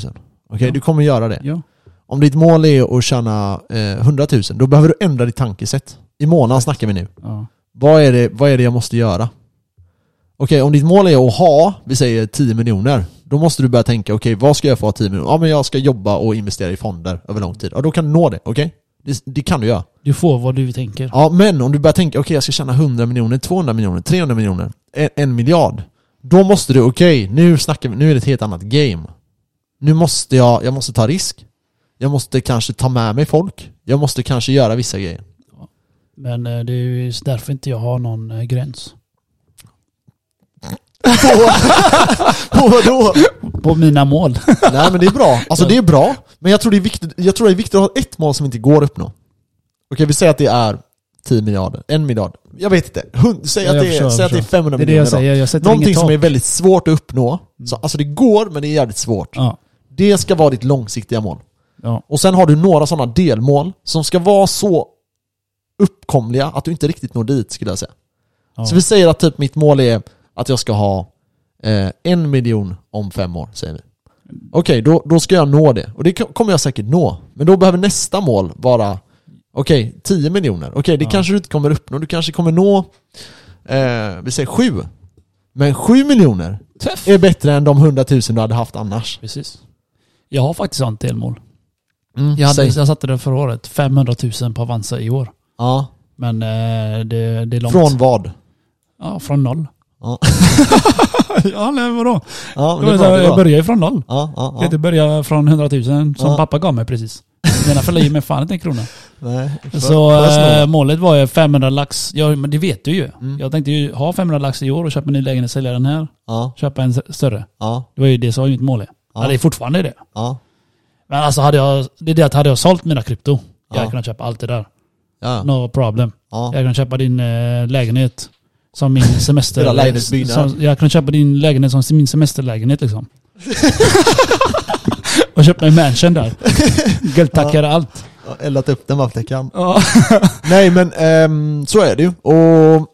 S1: Okej,
S2: Ja.
S1: du kommer göra det.
S2: Ja.
S1: Om ditt mål är att tjäna eh, 100 000, då behöver du ändra ditt tankesätt. I månaden snackar vi nu.
S2: Ja.
S1: Vad är det, vad är det jag måste göra? Okej, om ditt mål är att ha, vi säger 10 miljoner, då måste du börja tänka, okej vad ska jag få av 10 miljoner? Ja men jag ska jobba och investera i fonder över lång tid. Ja då kan du nå det, okej? Det, det kan du göra.
S2: Du får vad du tänker.
S1: Ja men om du börjar tänka, okej jag ska tjäna 100 miljoner, 200 miljoner, 300 miljoner, en, en miljard. Då måste du, okej nu snackar vi, nu är det ett helt annat game. Nu måste jag, jag måste ta risk. Jag måste kanske ta med mig folk. Jag måste kanske göra vissa grejer.
S2: Men eh, det är ju därför inte jag har någon eh, gräns.
S1: På vadå?
S2: På mina mål.
S1: Nej men det är bra. Alltså det är bra. Men jag tror det är viktigt, jag tror det är viktigt att ha ett mål som inte går att uppnå. Okej vi säger att det är 10 miljarder, en miljard. Jag vet inte. Hund, säg,
S2: Ja,
S1: att,
S2: jag
S1: det,
S2: förstår, jag
S1: säg att det är
S2: förstår.
S1: 500
S2: Det är det
S1: miljoner
S2: jag
S1: då.
S2: säger. Jag sätter
S1: Någonting
S2: inget
S1: som
S2: tak. Mm.
S1: är väldigt svårt att uppnå. Så, alltså det går, men det är jävligt svårt.
S2: Ja.
S1: Det ska vara ditt långsiktiga mål.
S2: ja.
S1: Och sen har du några sådana delmål som ska vara så uppkomliga att du inte riktigt når dit skulle jag säga.
S2: Ja.
S1: Så vi säger att typ mitt mål är att jag ska ha eh, en miljon om fem år, säger vi. Okej, då, då ska jag nå det. Och det k- kommer jag säkert nå. Men då behöver nästa mål vara, okej, 10 miljoner. Okej, det
S2: Ja.
S1: kanske du inte kommer uppnå. Du kanske kommer nå, eh, vi säger sju. Men sju miljoner
S2: Träff.
S1: är bättre än de 100 000 du hade haft annars.
S2: Precis. Jag har faktiskt sånt delmål.
S1: Mm,
S2: Jag, hade,
S1: säg.
S2: jag satte det förra året. 500 000 på Avanza i år.
S1: ja.
S2: Men eh, det, det är långt.
S1: Från vad?
S2: Ja, från noll.
S1: Ja.
S2: ja, nej vadå?
S1: Ja,
S2: Jag,
S1: bra, bra.
S2: jag börjar ju från noll.
S1: Ja, ja,
S2: Jag kan
S1: ja.
S2: inte börja från 100 000 som
S1: Ja.
S2: pappa gav mig precis. Mina föräldrar ger mig fan inte en krona.
S1: Nej, får-
S2: Så
S1: får jag slå
S2: eh,
S1: den?
S2: målet var ju 500 lax. Ja, men det vet du ju.
S1: Mm.
S2: Jag tänkte ju ha 500 lax i år och köpa en ny lägenhet, sälja den här.
S1: Ja,
S2: Köpa en s- större.
S1: ja,
S2: Det var ju det som var mitt mål. Ja.
S1: Ja.
S2: det är fortfarande det.
S1: ja.
S2: Men alltså hade jag, det är det att hade jag sålt mina krypto, jag
S1: Ja.
S2: hade kunnat köpa allt det där.
S1: ja,
S2: No problem.
S1: ja.
S2: Jag kan köpa din eh, lägenhet som min semester...
S1: Hela lägenhetsbyggnad.
S2: som, Jag kan köpa din lägenhet som min semesterlägenhet liksom. och köpa en mansion där. Guldtackar allt.
S1: Jag har eldat upp den allt jag kan.
S2: Ja.
S1: Nej men ehm, så är det ju. Och...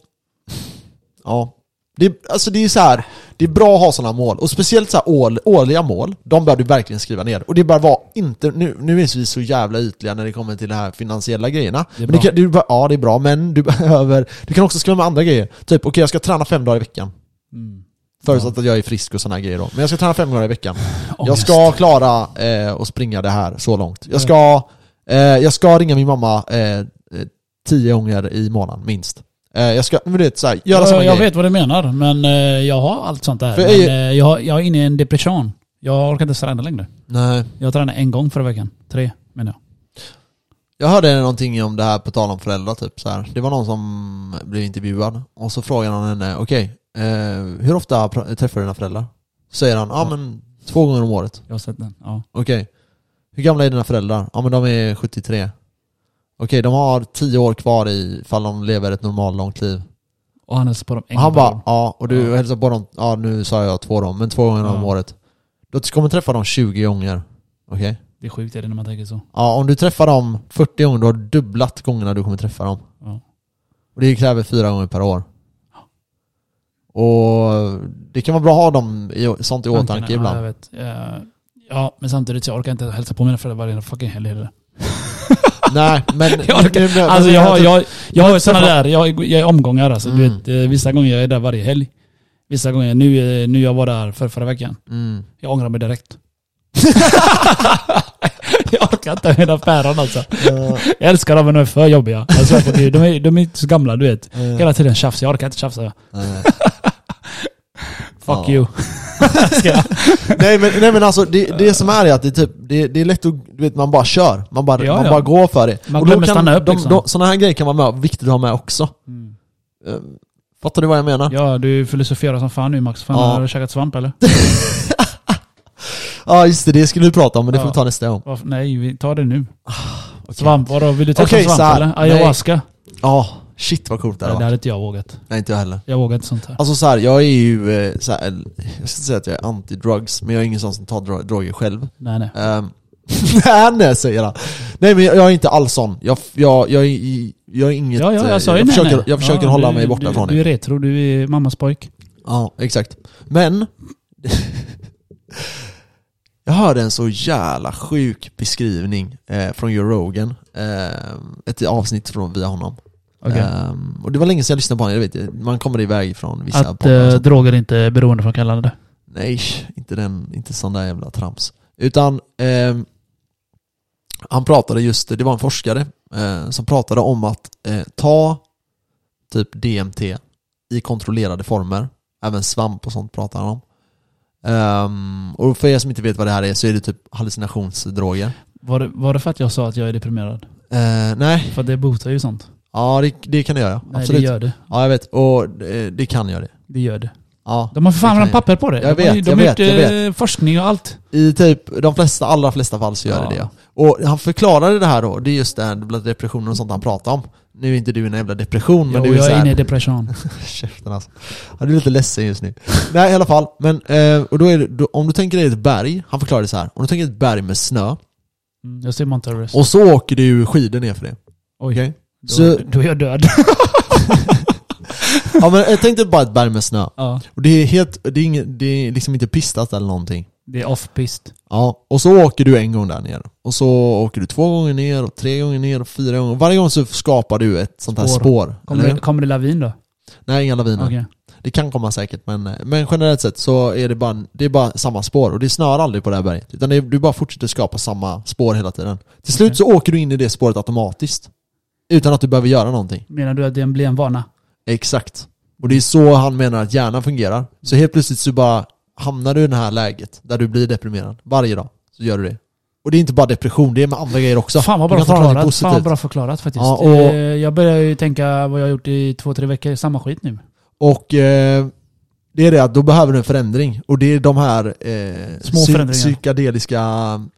S1: Ja. Det, alltså det är ju så här. det är bra att ha sådana mål. Och speciellt så här år, årliga mål, de bör du verkligen skriva ner. Och det bör vara inte, nu, nu är vi så jävla ytliga när det kommer till de här finansiella grejerna.
S2: Det är
S1: men det
S2: bra.
S1: kan, du, bör- ja det är bra, men du behöver, du kan också skriva med andra grejer. Typ, okej jag ska träna fem dagar i veckan.
S2: Mm.
S1: Förutsatt att jag är frisk och sådana här grejer då. Men jag ska träna fem gånger i veckan. Jag
S2: Ångest.
S1: ska klara eh, och springa det här så långt. Jag ska, eh, jag ska ringa min mamma eh, eh, tio gånger i månaden, minst. Eh, jag ska, men du vet såhär, göra
S2: jag,
S1: sådana
S2: jag
S1: grejer.
S2: vet vad du menar, men eh, jag har allt sånt där.
S1: För
S2: Men,
S1: jag-
S2: eh, jag, jag är inne i en depression. Jag orkar inte träna längre.
S1: Nej.
S2: Jag tränade en gång förra veckan. Tre menar jag.
S1: Jag hörde någonting om det här på tal om föräldrar typ så här. Det var någon som blev intervjuad och så frågade han henne, okej, eh, hur ofta pr- träffar du dina föräldrar? Så säger han, ja ah, men två gånger om året.
S2: Jag har sett den. Ja.
S1: Okej. Hur gamla är dina föräldrar? Ja men de är 73. Okej, de har 10 år kvar i fall de lever ett normallångt liv.
S2: Och han hälsade på dem en
S1: Och han
S2: gång per
S1: bara,
S2: år.
S1: ja och du
S2: Ja.
S1: hälsar på dem, ja nu sa jag två dem, men två gånger om
S2: Ja.
S1: året. Du kommer träffa dem 20 gånger. Okej?
S2: Det är sjukt är det när man tänker så.
S1: Ja, om du träffar dem 40 gånger, då har du dubblat gångerna du kommer träffa dem.
S2: Ja.
S1: Och det kräver fyra gånger per år. Och det kan vara bra att ha dem i, sånt i åtanke
S2: Tankarna, Ja,
S1: ibland.
S2: jag vet. Eh, ja, men samtidigt så jag orkar inte hälsa på mina föräldrar varje fucking helg heller.
S1: Nej, men...
S2: Jag orkar-
S1: men- men-
S2: Alltså jag har, jag, jag har
S1: Men-
S2: sådana där, jag, är- jag är omgångar alltså. Du
S1: Mm.
S2: vet, eh, vissa gånger jag är där varje helg. Vissa gånger, nu, eh, nu jag var där för förra veckan.
S1: Mm.
S2: Jag ångrar mig direkt. jag orkar inte med mina päron alltså.
S1: Eh,
S2: Jag älskar dem men de är för jobbiga. Jag svär på Gud, de, är, de är inte så gamla du vet.
S1: eh,
S2: Hela tiden tjafs, jag orkar inte tjafsa.
S1: eh.
S2: Fuck
S1: Ja.
S2: you.
S1: nej, men, nej men alltså det, det som är är att det, är typ, det, det är lätt att, du vet man bara kör. Man bara,
S2: Ja,
S1: man
S2: ja.
S1: bara går för det.
S2: Man
S1: Och då
S2: glömmer
S1: kan
S2: stanna upp,
S1: de,
S2: liksom. Mm.
S1: de, Sådana här grejer kan vara med, viktigt att ha med också. Eh, Fattar du vad jag menar?
S2: Ja, du filosoferar som fan nu Max. Fan,
S1: Ja.
S2: Har du käkat svamp eller?
S1: Ja just det, det skulle vi prata om men det får
S2: Ja.
S1: vi ta nästa gång.
S2: Varför? Nej, vi tar det nu. Svamp, vadå? Vill du testa
S1: Ah, Okej, så
S2: svamp
S1: här.
S2: eller?
S1: Nej.
S2: Ayahuasca?
S1: Ja, shit vad coolt det
S2: Nej,
S1: hade
S2: det
S1: varit.
S2: hade inte jag vågat.
S1: Nej inte jag heller.
S2: Jag vågar inte sånt här.
S1: Alltså så här, jag är ju, eh, så här, eller, jag ska inte säga att jag är anti-drugs, men jag är ingen sån som tar dro- droger själv.
S2: Nej, nej.
S1: Um, nej, nej säger han. Nej men jag, jag är inte alls sån. Jag, jag, jag, är- jag är inget...
S2: Ja, ja,
S1: eh,
S2: jag sa ju
S1: jag
S2: nej,
S1: försöker,
S2: nej.
S1: jag försöker
S2: Ja,
S1: hålla
S2: du,
S1: mig borta
S2: du,
S1: från det.
S2: Du är retro, du är mammas pojk.
S1: Ja, exakt. Men... jag hörde en så jävla sjuk beskrivning eh, från Joe Rogan. Eh, ett avsnitt från via honom.
S2: Okej.
S1: Ehm, och det var länge sedan jag lyssnade på honom, jag vet, jag- man kommer iväg från vissa
S2: Att
S1: poddar och
S2: eh,
S1: sånt.
S2: droger inte är beroendeframkallande.
S1: Nej, inte, den, inte sån där jävla trams. Utan ehm, han pratade just, det var en forskare eh, som pratade om att eh, ta typ DMT i kontrollerade former. Även svamp och sånt pratar han om. Ehm, och för er som inte vet vad det här är så är det typ hallucinationsdroger.
S2: Var det, var det för att jag sa att jag är deprimerad?
S1: Eh, nej,
S2: För det botar ju sånt.
S1: ja det, det kan det göra.
S2: Nej,
S1: Absolut.
S2: det gör det.
S1: Ja jag vet, och eh, det kan göra det.
S2: Det gör det.
S1: Ja.
S2: De har för
S1: Det
S2: fan
S1: kan
S2: redan
S1: jag.
S2: papper på det.
S1: Jag
S2: de har, ju-
S1: vet,
S2: de
S1: jag
S2: har
S1: vet,
S2: gjort
S1: jag
S2: eh, forskning och allt.
S1: I typ de flesta, allra flesta fall så gör det
S2: Ja.
S1: det. Och han förklarade det här då, det är just det här bland depressionen och sånt han pratar om. Nu är inte du i en jävla depression, men du
S2: jo,
S1: är,
S2: jag
S1: så
S2: är
S1: här,
S2: inne i depression.
S1: Käften alltså. Ja, du är lite ledsen just nu. Nej i alla fall, men eh, och då är det, då, om du tänker dig ett berg, han förklarade det så här. Om du tänker dig ett berg med snö,
S2: Mm, jag ser Mount Everest.
S1: och så åker du skidor ner för det.
S2: Oj,
S1: Okej?
S2: då,
S1: Så,
S2: då är jag död.
S1: ja men eh, tänk dig bara ett berg med snö.
S2: ja,
S1: Och det är helt, det är, ingen, det är liksom inte pistat eller någonting.
S2: det är off-pist.
S1: Ja, och så åker du en gång där ner. Och så åker du två gånger ner, och tre gånger ner, och fyra gånger. Varje gång så skapar du ett sånt här
S2: Spår.
S1: spår.
S2: Kommer,
S1: eller?
S2: det, kommer det lavin då?
S1: Nej, inga laviner.
S2: Okej.
S1: Det kan komma säkert, men, men generellt sett så är det bara, det är bara samma spår. Och det snöar aldrig på det här berget. Utan det, är- du bara fortsätter skapa samma spår hela tiden. Till slut
S2: Okej.
S1: så åker du in i det spåret automatiskt. Utan att du behöver göra någonting.
S2: Menar du att det blir en vana?
S1: Exakt. Och det är så han menar att hjärnan fungerar. Så helt plötsligt så bara hamnar du i det här läget där du blir deprimerad. Varje dag så gör du det. Och det är inte bara depression, det är med andra grejer också.
S2: Fan vad bra
S1: Du kan ta någonting
S2: förklarat. Fan vad
S1: positivt.
S2: bra förklarat faktiskt.
S1: Ja, och-
S2: Eh, Jag börjar ju tänka vad jag har gjort i två, tre veckor. Samma skit nu.
S1: Och eh, det är det att då behöver du en förändring. Och det är de här eh,
S2: Små
S1: psy-
S2: förändringar.
S1: psykedeliska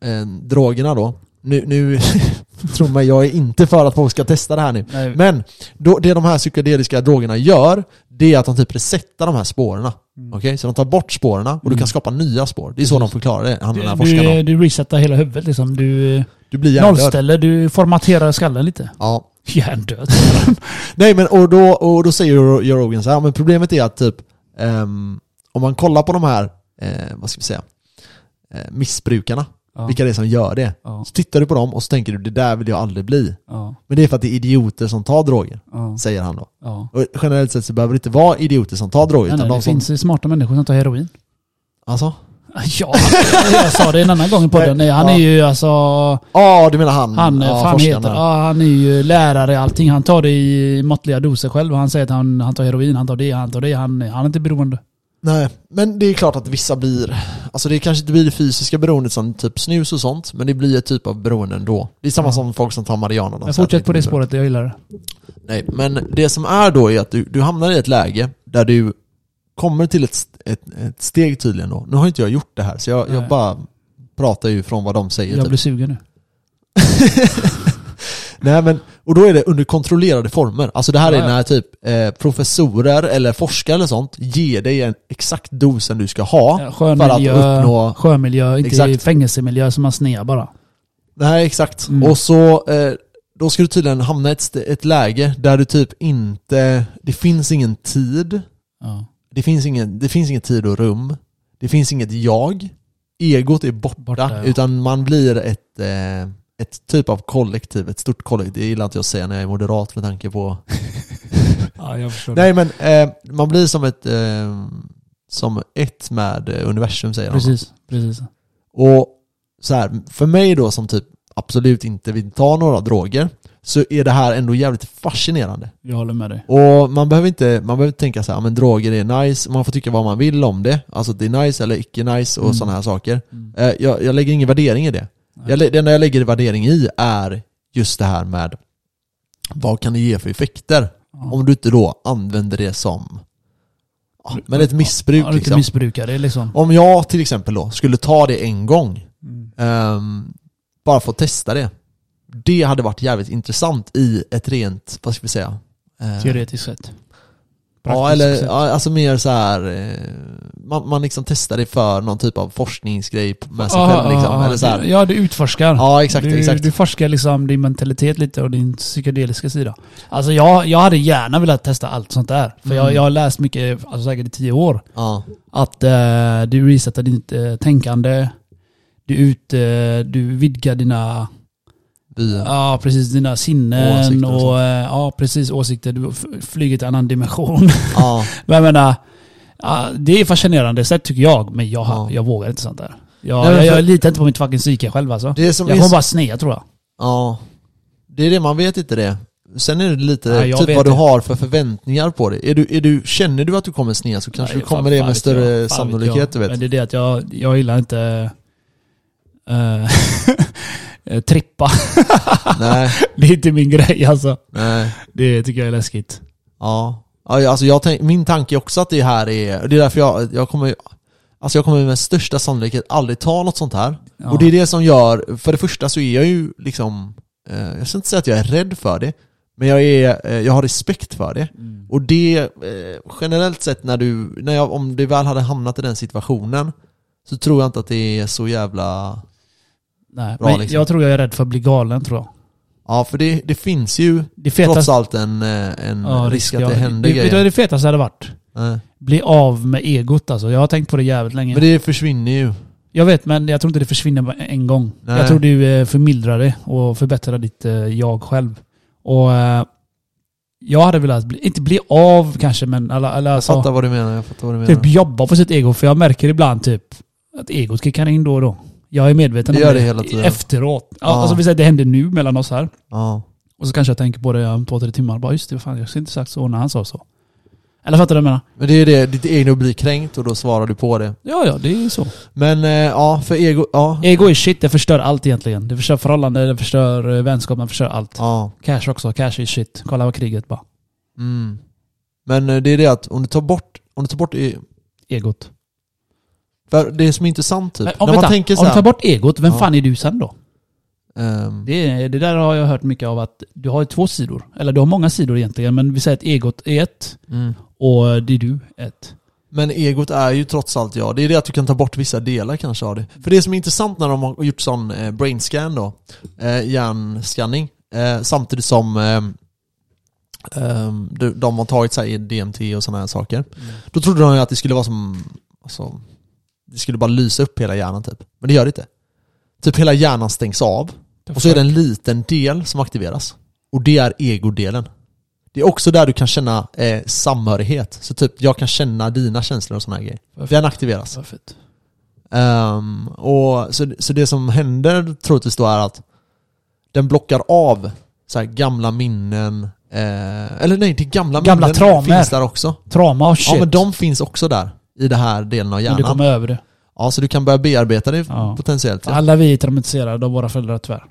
S1: eh, drogerna då. Nu, nu tror mig, jag är inte för att folk ska testa det här nu.
S2: Nej,
S1: Men då, det de här psykedeliska drogerna gör, det är att de typ resettar de här spåren. Okej? Så de tar bort spåren och du
S2: Mm.
S1: kan skapa nya spår. Det är så de förklarar det, han den här forskaren.
S2: du,
S1: då.
S2: du resetar hela huvudet liksom. Du eh,
S1: Du blir hjärndöd.
S2: nollställer, du formaterar skallen lite.
S1: Ja.
S2: Hjärndöd.
S1: Nej men och då, och då säger Joe Joe Rogan så här, men problemet är att typ ehm, om man kollar på de här, eh, vad ska vi säga, eh, missbrukarna,
S2: Ja.
S1: vilka det är som gör det.
S2: Ja,
S1: Så tittar du på dem och så tänker du det där vill jag aldrig bli.
S2: ja,
S1: Men det är för att det är idioter som tar droger,
S2: ja.
S1: säger han då.
S2: ja.
S1: Och generellt sett så behöver det inte vara idioter som tar droger,
S2: Nej,
S1: utan
S2: nej,
S1: de
S2: det
S1: som...
S2: finns ju smarta människor som tar heroin.
S1: Alltså?
S2: Ja, jag sa det en annan gång på podden. Nej, Han
S1: Ja.
S2: är ju alltså...
S1: Ja, du menar han?
S2: Han,
S1: Mm. ja,
S2: fan
S1: forskaren
S2: heter,
S1: här.
S2: ja, han är ju lärare i allting. Han tar det i måttliga doser själv. Och han säger att han, han tar heroin, han tar det, han tar det. Han, han är inte beroende.
S1: Nej, men det är klart att vissa blir, alltså det kanske inte blir det fysiska beroendet som typ snus och sånt, men det blir ett typ av beroende ändå. Det är samma
S2: Ja.
S1: som folk som tar marijuana. de
S2: Men
S1: säger att
S2: fortsätt
S1: inte
S2: på det
S1: är beroende.
S2: spåret, jag gillar det.
S1: Nej, men det som är då är att du, du hamnar i ett läge där du kommer till ett, st- ett, ett steg tydligen då. Nu har inte jag gjort det här, så jag, jag
S2: Nej.
S1: bara pratar ju från vad de säger.
S2: Jag
S1: typ.
S2: blir sugen nu.
S1: Nej, men, och då är det under kontrollerade former. Alltså det här
S2: Ja,
S1: är
S2: ja.
S1: när typ eh, professorer eller forskare eller sånt ger dig en exakt dosen du ska ha.
S2: Ja, skön
S1: för att
S2: miljö,
S1: uppnå-
S2: sjömiljö, inte
S1: Exakt.
S2: i fängelsemiljö som man snear bara.
S1: Nej, exakt.
S2: Mm.
S1: Och så, eh, då ska du tydligen hamna i ett, st- ett läge där du typ inte, det finns ingen tid,
S2: Ja,
S1: det finns ingen, det finns ingen tid och rum, det finns inget jag, egot är borta,
S2: Borta, ja.
S1: utan man blir ett, eh, ett typ av kollektiv, ett stort kollektiv. Det gillar inte jag att säga när jag är moderat med tanke på...
S2: Mm. ja jag förstår
S1: Nej men, eh, man blir som ett, eh, som ett med eh, universum säger de.
S2: Precis, precis.
S1: Och så här, för mig då som typ absolut inte vill ta några droger så är det här ändå jävligt fascinerande.
S2: Jag håller med dig.
S1: Och man behöver inte, man behöver inte tänka så här, "Ah, men droger är nice, man får tycka vad man vill om det. Alltså att det är nice eller icke nice och
S2: Mm.
S1: sådana här saker.
S2: Mm.
S1: Eh, Jag, jag lägger ingen värdering i det.
S2: Nej.
S1: Jag, lä- det enda jag lägger värdering i är just det här med vad kan det ge för effekter?
S2: Ja.
S1: Om du inte då använder det som, ja, men ett missbruk
S2: Ja, du inte
S1: liksom.
S2: missbrukar det liksom.
S1: Om jag till exempel då skulle ta det en gång
S2: Mm.
S1: Ehm, bara få testa det. Det hade varit jävligt intressant i ett rent, vad ska vi säga? Eh,
S2: Teoretiskt sett.
S1: Ja,
S2: Praktiskt
S1: eller
S2: sett.
S1: ja, alltså mer så här eh, man, man liksom testar det för någon typ av forskningsgrej med sig
S2: Ja,
S1: själv liksom.
S2: ja,
S1: eller så här.
S2: Ja, du utforskar.
S1: Ja, exakt,
S2: du,
S1: exakt.
S2: du forskar liksom din mentalitet lite och din psykedeliska sida. Alltså jag, jag hade gärna velat testa allt sånt där. För jag,
S1: Mm.
S2: jag har läst mycket, alltså säkert i tio år,
S1: Ja,
S2: att eh, du resetar ditt eh, tänkande. Du, ut, eh, du vidgar dina,
S1: vi,
S2: ja precis, dina sinnen
S1: Åsikter och
S2: och,
S1: sånt.
S2: eh, ja precis åsikter. Du f- flyger till en annan dimension.
S1: ja.
S2: Men jag menar, ja, det är fascinerande sätt tycker jag, men jag,
S1: Ja.
S2: jag vågar inte sånt där. Jag,
S1: Nej, men
S2: jag,
S1: för-
S2: jag litar inte på mitt fucking psyke själv alltså.
S1: Det är som
S2: jag
S1: är
S2: kommer
S1: så-
S2: bara snea tror jag.
S1: ja. Det är det, man vet inte det. Sen är det lite
S2: Nej, jag
S1: typ
S2: vet
S1: vad du
S2: det.
S1: har för förväntningar på det. Är du, är du, känner du att du kommer snea så kanske
S2: Nej,
S1: du kommer
S2: fan-
S1: det
S2: fan
S1: med
S2: vet jag.
S1: större
S2: Fan vet
S1: sannolikhet, du
S2: jag.
S1: vet.
S2: Men det är det att jag, jag gillar inte eh, eh, trippa.
S1: Nej,
S2: Det är inte min grej alltså.
S1: nej.
S2: Det tycker jag är läskigt.
S1: Ja, Ja, jag- alltså jag tänk, min tanke är också att det här är, det är därför jag, jag kommer ju- Alltså jag kommer med största sannolikhet aldrig ta något sånt här.
S2: Ja.
S1: Och det är det som gör, för det första så är jag ju liksom, eh, jag ska inte säga att jag är rädd för det, men jag, är, eh, jag har respekt för det.
S2: Mm.
S1: Och det, eh, generellt sett när du, när jag, om det väl hade hamnat i den situationen, så tror jag inte att det är så jävla
S2: Nej,
S1: Bra,
S2: men
S1: liksom.
S2: Jag tror jag är rädd för att bli galen tror jag.
S1: Ja, för det, det finns ju
S2: Det
S1: trots
S2: fetaste,
S1: allt en, eh, en
S2: ja,
S1: risk att
S2: jag-
S1: det händer
S2: det, vet du
S1: grejer.
S2: vad det fetaste hade varit?
S1: Nej.
S2: Bli av med egot alltså. Jag har tänkt på det jävligt länge.
S1: Men det försvinner ju.
S2: Jag vet, men jag tror inte det försvinner på en gång.
S1: Nej.
S2: Jag tror du eh, förmildrar det och förbättrar ditt eh, jag själv. Och eh, jag hade velat, bli, inte bli av kanske, men alla, alla
S1: Jag fattar
S2: alltså,
S1: vad du menar, jag fattar vad du menar.
S2: typ jobba på sitt ego. För jag märker ibland typ att egot kickar in då och då. Jag är medveten
S1: Det
S2: om
S1: gör det hela tiden.
S2: efteråt. Ja.
S1: Ja.
S2: Alltså vi säger att det händer nu mellan oss här.
S1: Ja.
S2: Och så kanske jag tänker på det om två, tre timmar. Bara just det, fan jag skulle inte sagt så när han sa så. Eller fattar du vad jag menar?
S1: Men det är det, ditt ego blir kränkt och då svarar du på det.
S2: Ja, ja, det är så.
S1: Men eh, ja, för ego, ja.
S2: Ego är shit, det förstör allt egentligen. Det förstör förhållanden, det förstör eh, vänskap, det förstör allt.
S1: ja.
S2: Cash också, cash is shit. Kolla vad kriget bara.
S1: Mm. Men eh, det är det att om du tar bort, om du tar bort, e-
S2: Egot.
S1: för det som är intressant typ,
S2: Men, om,
S1: när man
S2: vänta,
S1: tänker så
S2: om du
S1: här,
S2: tar bort egot, vem
S1: Ja.
S2: fan är du sen då?
S1: ehm,
S2: Det, är- det där har jag hört mycket av att du har ju två sidor. Eller du har många sidor egentligen, men vi säger att egot är ett
S1: mm.
S2: och det är du ett.
S1: Men egot är ju trots allt jag. Det är det att du kan ta bort vissa delar kanske av det. För det som är intressant när de har gjort sån eh, brain scan då, eh, hjärnscanning, eh, samtidigt som eh, eh, de, de har tagit E sig DMT och sådana här saker. Då trodde de ju att det skulle vara som, alltså, det skulle bara lysa upp hela hjärnan typ. Men det gör det inte. Typ hela hjärnan stängs av och så är det en liten del som aktiveras. Och det är egodelen. Det är också där du kan känna eh, samhörighet. Så typ, jag kan känna dina känslor och sådana här grejer.
S2: Varför?
S1: Den aktiveras.
S2: Så fett.
S1: Ehm, och så, så det som händer troligtvis då är att den blockar av så här, gamla minnen. Eh, eller nej, det är gamla,
S2: Gamla
S1: minnen
S2: traumer.
S1: finns där också.
S2: Trauma och shit.
S1: Ja men de finns också där. I i den här delen av
S2: Men du
S1: hjärnan.
S2: kommer över det.
S1: Ja, så du kan börja bearbeta det
S2: Ja.
S1: potentiellt. Ja.
S2: Alla vi är traumatiserade av våra föräldrar tyvärr.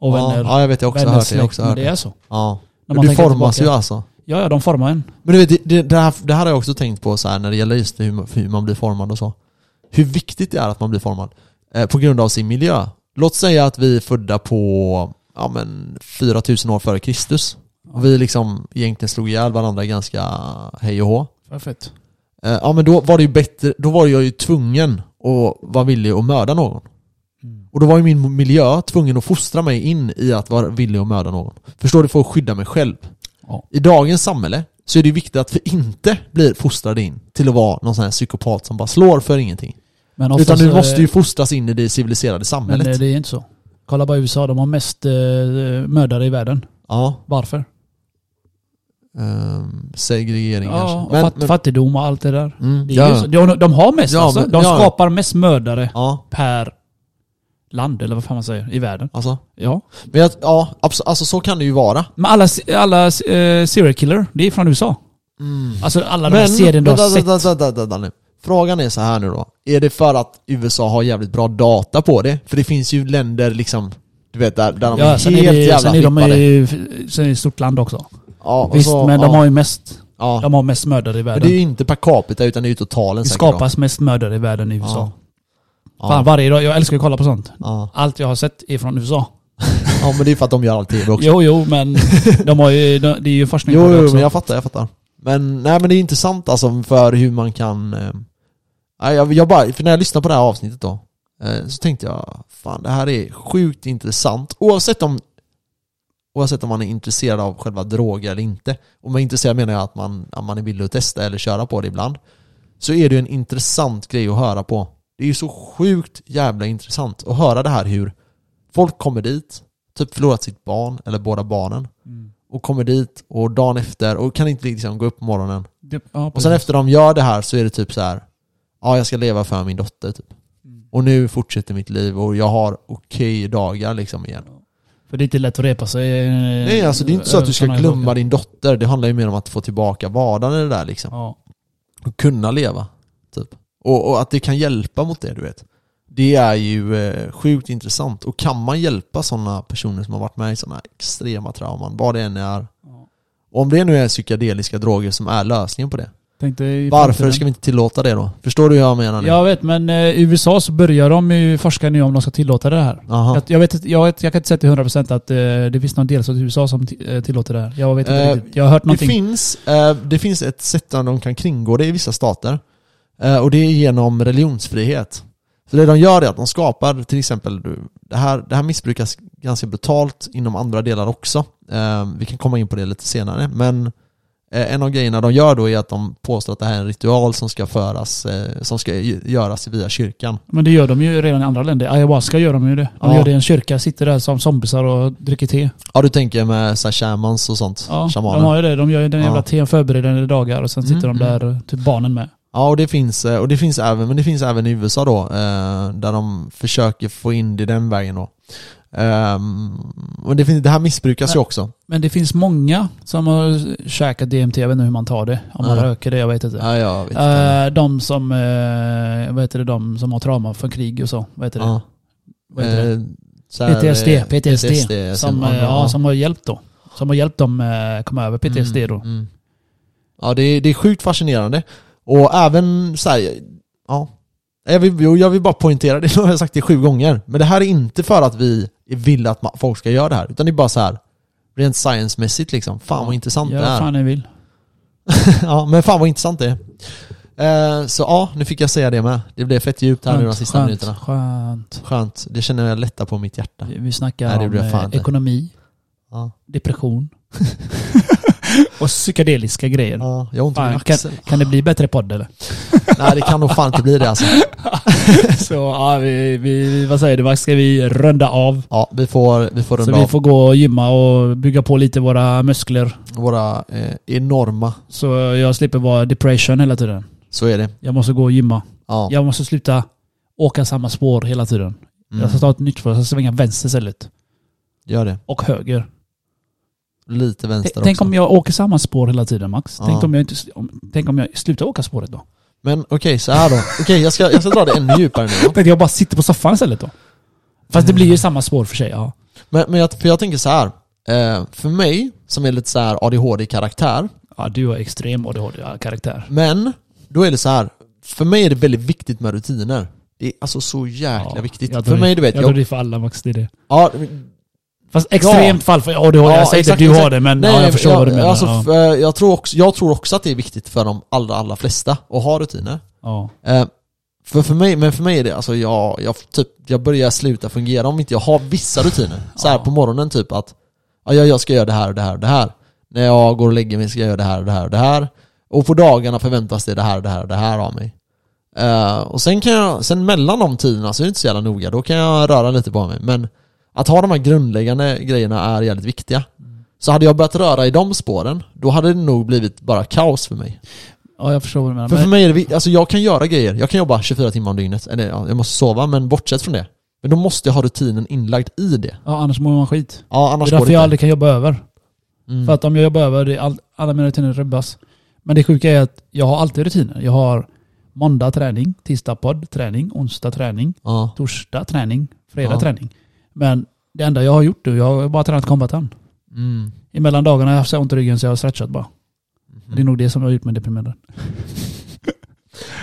S2: Och
S1: Ja,
S2: vänner.
S1: ja, jag vet, jag har också
S2: vänner,
S1: hört det. Jag har
S2: släkt,
S1: också
S2: men
S1: hört
S2: det
S1: det.
S2: är så.
S1: Ja.
S2: När
S1: Men
S2: man
S1: Du
S2: tänker
S1: formas ju
S2: tillbaka.
S1: alltså.
S2: Ja, ja, de formar en.
S1: Men du vet, det- det, det, här, det här har jag också tänkt på så här, när det gäller just hur, man- hur man blir formad och så. Hur viktigt det är att man blir formad eh, på grund av sin miljö. Låt säga att vi är födda på ja, men 4000 år före Kristus. Och vi liksom egentligen slog ihjäl varandra ganska hej och hå.
S2: Perfekt.
S1: Eh, ja men då var det ju bättre, då var jag ju tvungen att vara villig att mörda någon.
S2: Mm.
S1: Och då var ju min miljö tvungen att fostra mig in i att vara villig att mörda någon. Förstår du? För att skydda mig själv.
S2: Ja.
S1: I dagens samhälle så är det ju viktigt att vi inte blir fostrade in till att vara någon sån här psykopat som bara slår för ingenting.
S2: Men oftast
S1: Utan
S2: så
S1: du
S2: är-
S1: måste ju fostras in i det civiliserade
S2: Men
S1: samhället.
S2: eh, det är inte så. Kolla bara USA, de har mest eh, mördare i världen.
S1: Ja.
S2: Varför?
S1: ehm, segregering
S2: Ja,
S1: kanske.
S2: och fatt, fattigdom och allt det där.
S1: mm,
S2: Det är ju
S1: ja.
S2: så. De, de har mest
S1: Ja,
S2: alltså.
S1: men-
S2: De
S1: ja.
S2: skapar mest mördare
S1: ja,
S2: per land, eller vad fan man säger, i världen.
S1: alltså.
S2: Ja.
S1: Men jag, ja, abs- alltså så kan det ju vara.
S2: Men alla, alla eh, serial killer, det är från USA.
S1: Mm.
S2: Alltså alla de här serien du har
S1: vänta,
S2: sett.
S1: vänta, vänta, vänta, vänta nu. Frågan är så här nu då. Är det för att USA har jävligt bra data på det? För det finns ju länder liksom, du vet där, där de
S2: Ja,
S1: är
S2: sen
S1: helt
S2: är, det,
S1: jävla
S2: sen är de
S1: flippade.
S2: ju, sen är det ett stort land också.
S1: Ja, och
S2: Visst,
S1: så-
S2: men
S1: ja,
S2: de har ju mest,
S1: ja.
S2: de har mest mördare i
S1: Men det är
S2: världen.
S1: ju inte per capita utan det är ju totalen
S2: Det
S1: säkert
S2: skapas mest mördare i världen i USA.
S1: då.
S2: Fan,
S1: Ja.
S2: varje dag. Jag älskar att kolla på sånt.
S1: Ja.
S2: Allt jag har sett är från USA.
S1: ja, men det är för att de gör allt TV också.
S2: Jo, jo, men de har ju, de, det är ju forskning
S1: Jo,
S2: på det
S1: jo
S2: också.
S1: men jag fattar, jag fattar. Men, nej, men det är intressant alltså för hur man kan... Eh, nej, jag, jag bara, för när jag lyssnade på det här avsnittet då, eh, så tänkte jag, fan det här är sjukt intressant. Oavsett om, oavsett om man är intresserad av själva droger eller inte. Om man är intresserad menar jag att man, att man är villig att testa eller köra på det ibland. Så är det ju en intressant grej att höra på. Det är ju så sjukt jävla intressant att höra det här hur folk kommer dit, typ förlorat sitt barn eller båda barnen
S2: Mm.
S1: och kommer dit och dagen efter och kan inte liksom gå upp på morgonen.
S2: Det, ja,
S1: Och sen
S2: precis.
S1: efter de gör det här så är det typ så här. Ja, jag ska leva för min dotter typ.
S2: Mm.
S1: Och nu fortsätter mitt liv och jag har okej dagar liksom igen.
S2: Mm. För det är inte lätt att repa sig. eh,
S1: Nej, alltså det är inte så att du ska glömma din dotter. Det handlar ju mer om att få tillbaka vardagen i det där liksom.
S2: Ja.
S1: Och kunna leva, typ. Och, och att det kan hjälpa mot det, du vet. Det är ju eh, sjukt intressant. Och kan man hjälpa sådana personer som har varit med i sådana extrema trauman, vad det än är.
S2: Ja.
S1: Och om det nu är psykedeliska droger som är lösningen på det,
S2: Tänkte i
S1: varför
S2: framtiden.
S1: ska vi inte tillåta det då? Förstår du hur jag menar nu?
S2: Jag vet, men eh, i USA så börjar de ju forska nu om de ska tillåta det här.
S1: Aha.
S2: Jag, jag, vet, inte- jag, vet, jag kan inte säga till 100% att eh, det finns någon delstat i USA som ti- eh, tillåter det här. Jag vet inte
S1: Eh,
S2: riktigt. Jag har hört
S1: Det
S2: någonting.
S1: finns, eh, det finns ett sätt där de kan kringgå det i vissa stater. Eh, och det är genom religionsfrihet. Så det de gör är att de skapar till exempel, du, det här, det här missbrukas ganska brutalt inom andra delar också. Eh, vi kan komma in på det lite senare. Men eh, en av grejerna de gör då är att de påstår att det här är en ritual som ska föras, eh, som ska ju- göras via kyrkan.
S2: Men det gör de ju redan i andra länder. Ayahuasca gör de ju det. De
S1: Ja.
S2: gör det i en kyrka, sitter där som zombisar och dricker te.
S1: Ja du tänker med så här, shamans och sånt?
S2: Ja,
S1: shamaner.
S2: de har ju det. De gör ju den jävla
S1: Ja.
S2: teen förberedande dagar och sen sitter
S1: Mm,
S2: de där, eh, typ barnen med.
S1: Ja, och det finns, eh, och det finns även, men det finns även i USA då, eh, där de försöker få in det den vägen då. Ehm, och det, finns, det här missbrukas ju också.
S2: Men det finns många som har käkat DMT, jag vet inte hur man tar det. Om man
S1: Ja.
S2: röker det, jag vet inte.
S1: Ja, jag vet inte.
S2: Eh, de som, eh, vad heter det, de som har trauma från krig och så. Vad heter det?
S1: Ja.
S2: Vad heter det?
S1: Eh, så här, eh,
S2: PTSD, PTSD, Som, eh, ja,
S1: ja.
S2: som har hjälpt då. Som har hjälpt dem eh, komma över PTSD då.
S1: Mm, mm. Ja, det är, det är sjukt fascinerande. Och även så här, ja. Jag vill, jo, jag vill bara poängtera det, jag har sagt det sju gånger. Men det här är inte för att vi vill att ma- folk ska göra det här, utan det är bara så här rent sciencemässigt liksom. Fan vad intressant
S2: Gör
S1: det
S2: vad
S1: är.
S2: fan ni vill.
S1: Ja, men fan vad intressant det är. Eh, Så ja, nu fick jag säga det med. Det blev fett djupt här nu de
S2: Skönt,
S1: sista
S2: skönt,
S1: minuterna.
S2: skönt.
S1: Skönt. Det känner jag lättar på mitt hjärta.
S2: Vi snackar
S1: Nej, det
S2: om
S1: blir fan
S2: eh,
S1: inte.
S2: ekonomi,
S1: Ja.
S2: depression och psykedeliska grejer.
S1: Ja, jag har ont i min
S2: Fan, kan,
S1: axel.
S2: kan det bli bättre podd eller?
S1: Nej, det kan nog fan inte bli det alltså.
S2: Så ja, vi, vi, vad säger du Max? Ska vi runda av?
S1: Ja, vi får, vi får
S2: Så
S1: runda
S2: vi
S1: av
S2: får gå och gymma och bygga på lite våra muskler.
S1: våra eh, enorma...
S2: Så jag slipper vara depression hela tiden.
S1: Så är det.
S2: Jag måste gå och gymma.
S1: Ja.
S2: Jag måste sluta åka samma spår hela tiden. Jag ska
S1: Mm.
S2: ta ett nytt spår. Jag ska svänga vänster istället.
S1: Gör det.
S2: Och höger.
S1: Lite vänster
S2: Tänk
S1: också.
S2: om jag åker samma spår hela tiden Max.
S1: Ja.
S2: Tänk, om jag inte, om, tänk om jag slutar åka spåret då.
S1: Men okej, så här då. Okej, jag, ska, jag ska dra det ännu djupare nu. då.
S2: Tänkte jag bara sitter på soffan istället då. Fast det blir ju samma spår för sig. Ja.
S1: Men, men jag, för jag tänker så här. Eh, för mig, som är lite så här ADHD-karaktär,
S2: ja, du har extrem ADHD-karaktär.
S1: men då är det så här. För mig är det väldigt viktigt med rutiner. Det är alltså så jäkla
S2: Ja,
S1: viktigt.
S2: jag
S1: För
S2: tror
S1: mig,
S2: det-
S1: du vet,
S2: Jag tror
S1: jag,
S2: det är för alla Max, det är det.
S1: ja,
S2: Fast extremt fall för ADHD.
S1: Ja,
S2: jag säger inte
S1: exakt,
S2: att du har
S1: exakt.
S2: det, men ja, jag förstår vad du menar.
S1: Alltså,
S2: ja.
S1: f- eh, jag, tror också, jag tror också att det är viktigt för de allra, allra flesta att ha rutiner.
S2: Ja.
S1: Eh, för, för mig, men för mig är det, alltså jag, jag, typ, jag börjar sluta fungera om inte jag har vissa rutiner. Så här
S2: Ja.
S1: på morgonen typ att, ja, jag, jag ska göra det här och det här och det här. När jag går och lägger mig ska jag göra det här och det här och det här. Och på dagarna förväntas det det här och det här och det här av mig. Eh, och sen kan jag, sen mellan de tiderna så är det inte så jävla noga, då kan jag röra lite på mig. Men att ha de här grundläggande grejerna är jävligt viktiga. Så hade jag börjat röra i de spåren, då hade det nog blivit bara kaos för mig.
S2: ja, jag förstår vad du menar.
S1: För,
S2: Men-
S1: för mig är det, vi- alltså jag kan göra grejer, jag kan jobba 24 timmar om dygnet, eller ja, jag måste sova, men bortsett från det. Men då måste jag ha rutinen inlagd i det.
S2: Ja, annars mår man skit.
S1: Ja,
S2: Det
S1: annars
S2: är
S1: går
S2: därför
S1: det
S2: jag
S1: inte.
S2: aldrig kan jobba över.
S1: Mm.
S2: För att om jag jobbar över, det är all, alla mina rutiner rubbas. Men det sjuka är att jag har alltid rutiner. Jag har måndag träning, tisdag podd träning, onsdag träning,
S1: Ja.
S2: torsdag träning, fredag
S1: Ja.
S2: träning. Men det enda jag har gjort nu, jag har bara tränat kombatan.
S1: Mm.
S2: Emellan dagarna har jag haft så ont i ryggen så jag har stretchat bara.
S1: Mhm.
S2: Det är nog det som jag har gjort med deprimerad.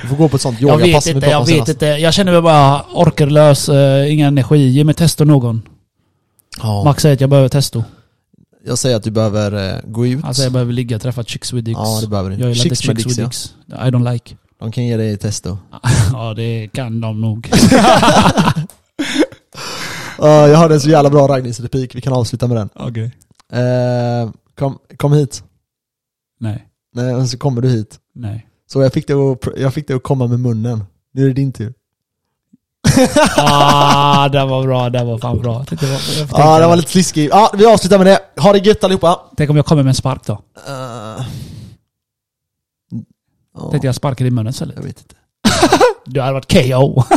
S1: Du får gå på ett sånt
S2: Jag vet
S1: yogapass med
S2: inte, jag
S1: pappa
S2: vet
S1: senast.
S2: inte. Jag känner mig bara orkerlös, eh, ingen energi. Ge mig testo någon.
S1: Ja.
S2: Max säger att jag behöver testo.
S1: Jag säger att du behöver eh, gå ut.
S2: Han säger Alltså, jag behöver ligga, träffa chicks with dicks.
S1: ja, det behöver
S2: jag
S1: du.
S2: gillar inte
S1: Chicks med
S2: chicks with
S1: dicks, ja.
S2: dicks. I don't like.
S1: De kan ge dig testo.
S2: Ja, det kan de nog.
S1: Ja, jag hörde en så jävla bra raggningsreplik, vi kan avsluta med den.
S2: Okej.
S1: Eh, kom, kom hit.
S2: Nej,
S1: Nej, och så kommer du hit.
S2: nej.
S1: Så jag fick, det att, pr- jag fick det att komma med munnen. Nu är det din tur.
S2: Ah, det var bra. Det var fan bra. Tänkte, jag får tänka.
S1: Ja, ah, det var lite sliskig. Ja, vi avslutar med det. Ha det gött allihopa.
S2: Tänk om jag kommer med en spark då?
S1: Eh, ja,
S2: Tänkte jag sparkar i munnen istället.
S1: jag vet inte.
S2: Du hade varit KO.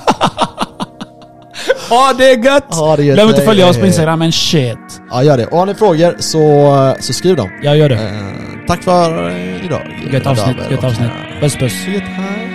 S2: Ja, det är gött!
S1: Ha det Ah, gött.
S2: Glöm inte att följa oss på
S1: Hej.
S2: Instagram, men shit.
S1: Ja, gör det. Och har ni frågor så, så skriv dem.
S2: Jag gör det.
S1: Eh, tack för eh, idag.
S2: Gött avsnitt,
S1: Damer
S2: gött
S1: och
S2: avsnitt.
S1: herrar.
S2: Puss puss.
S1: Så gött, hej.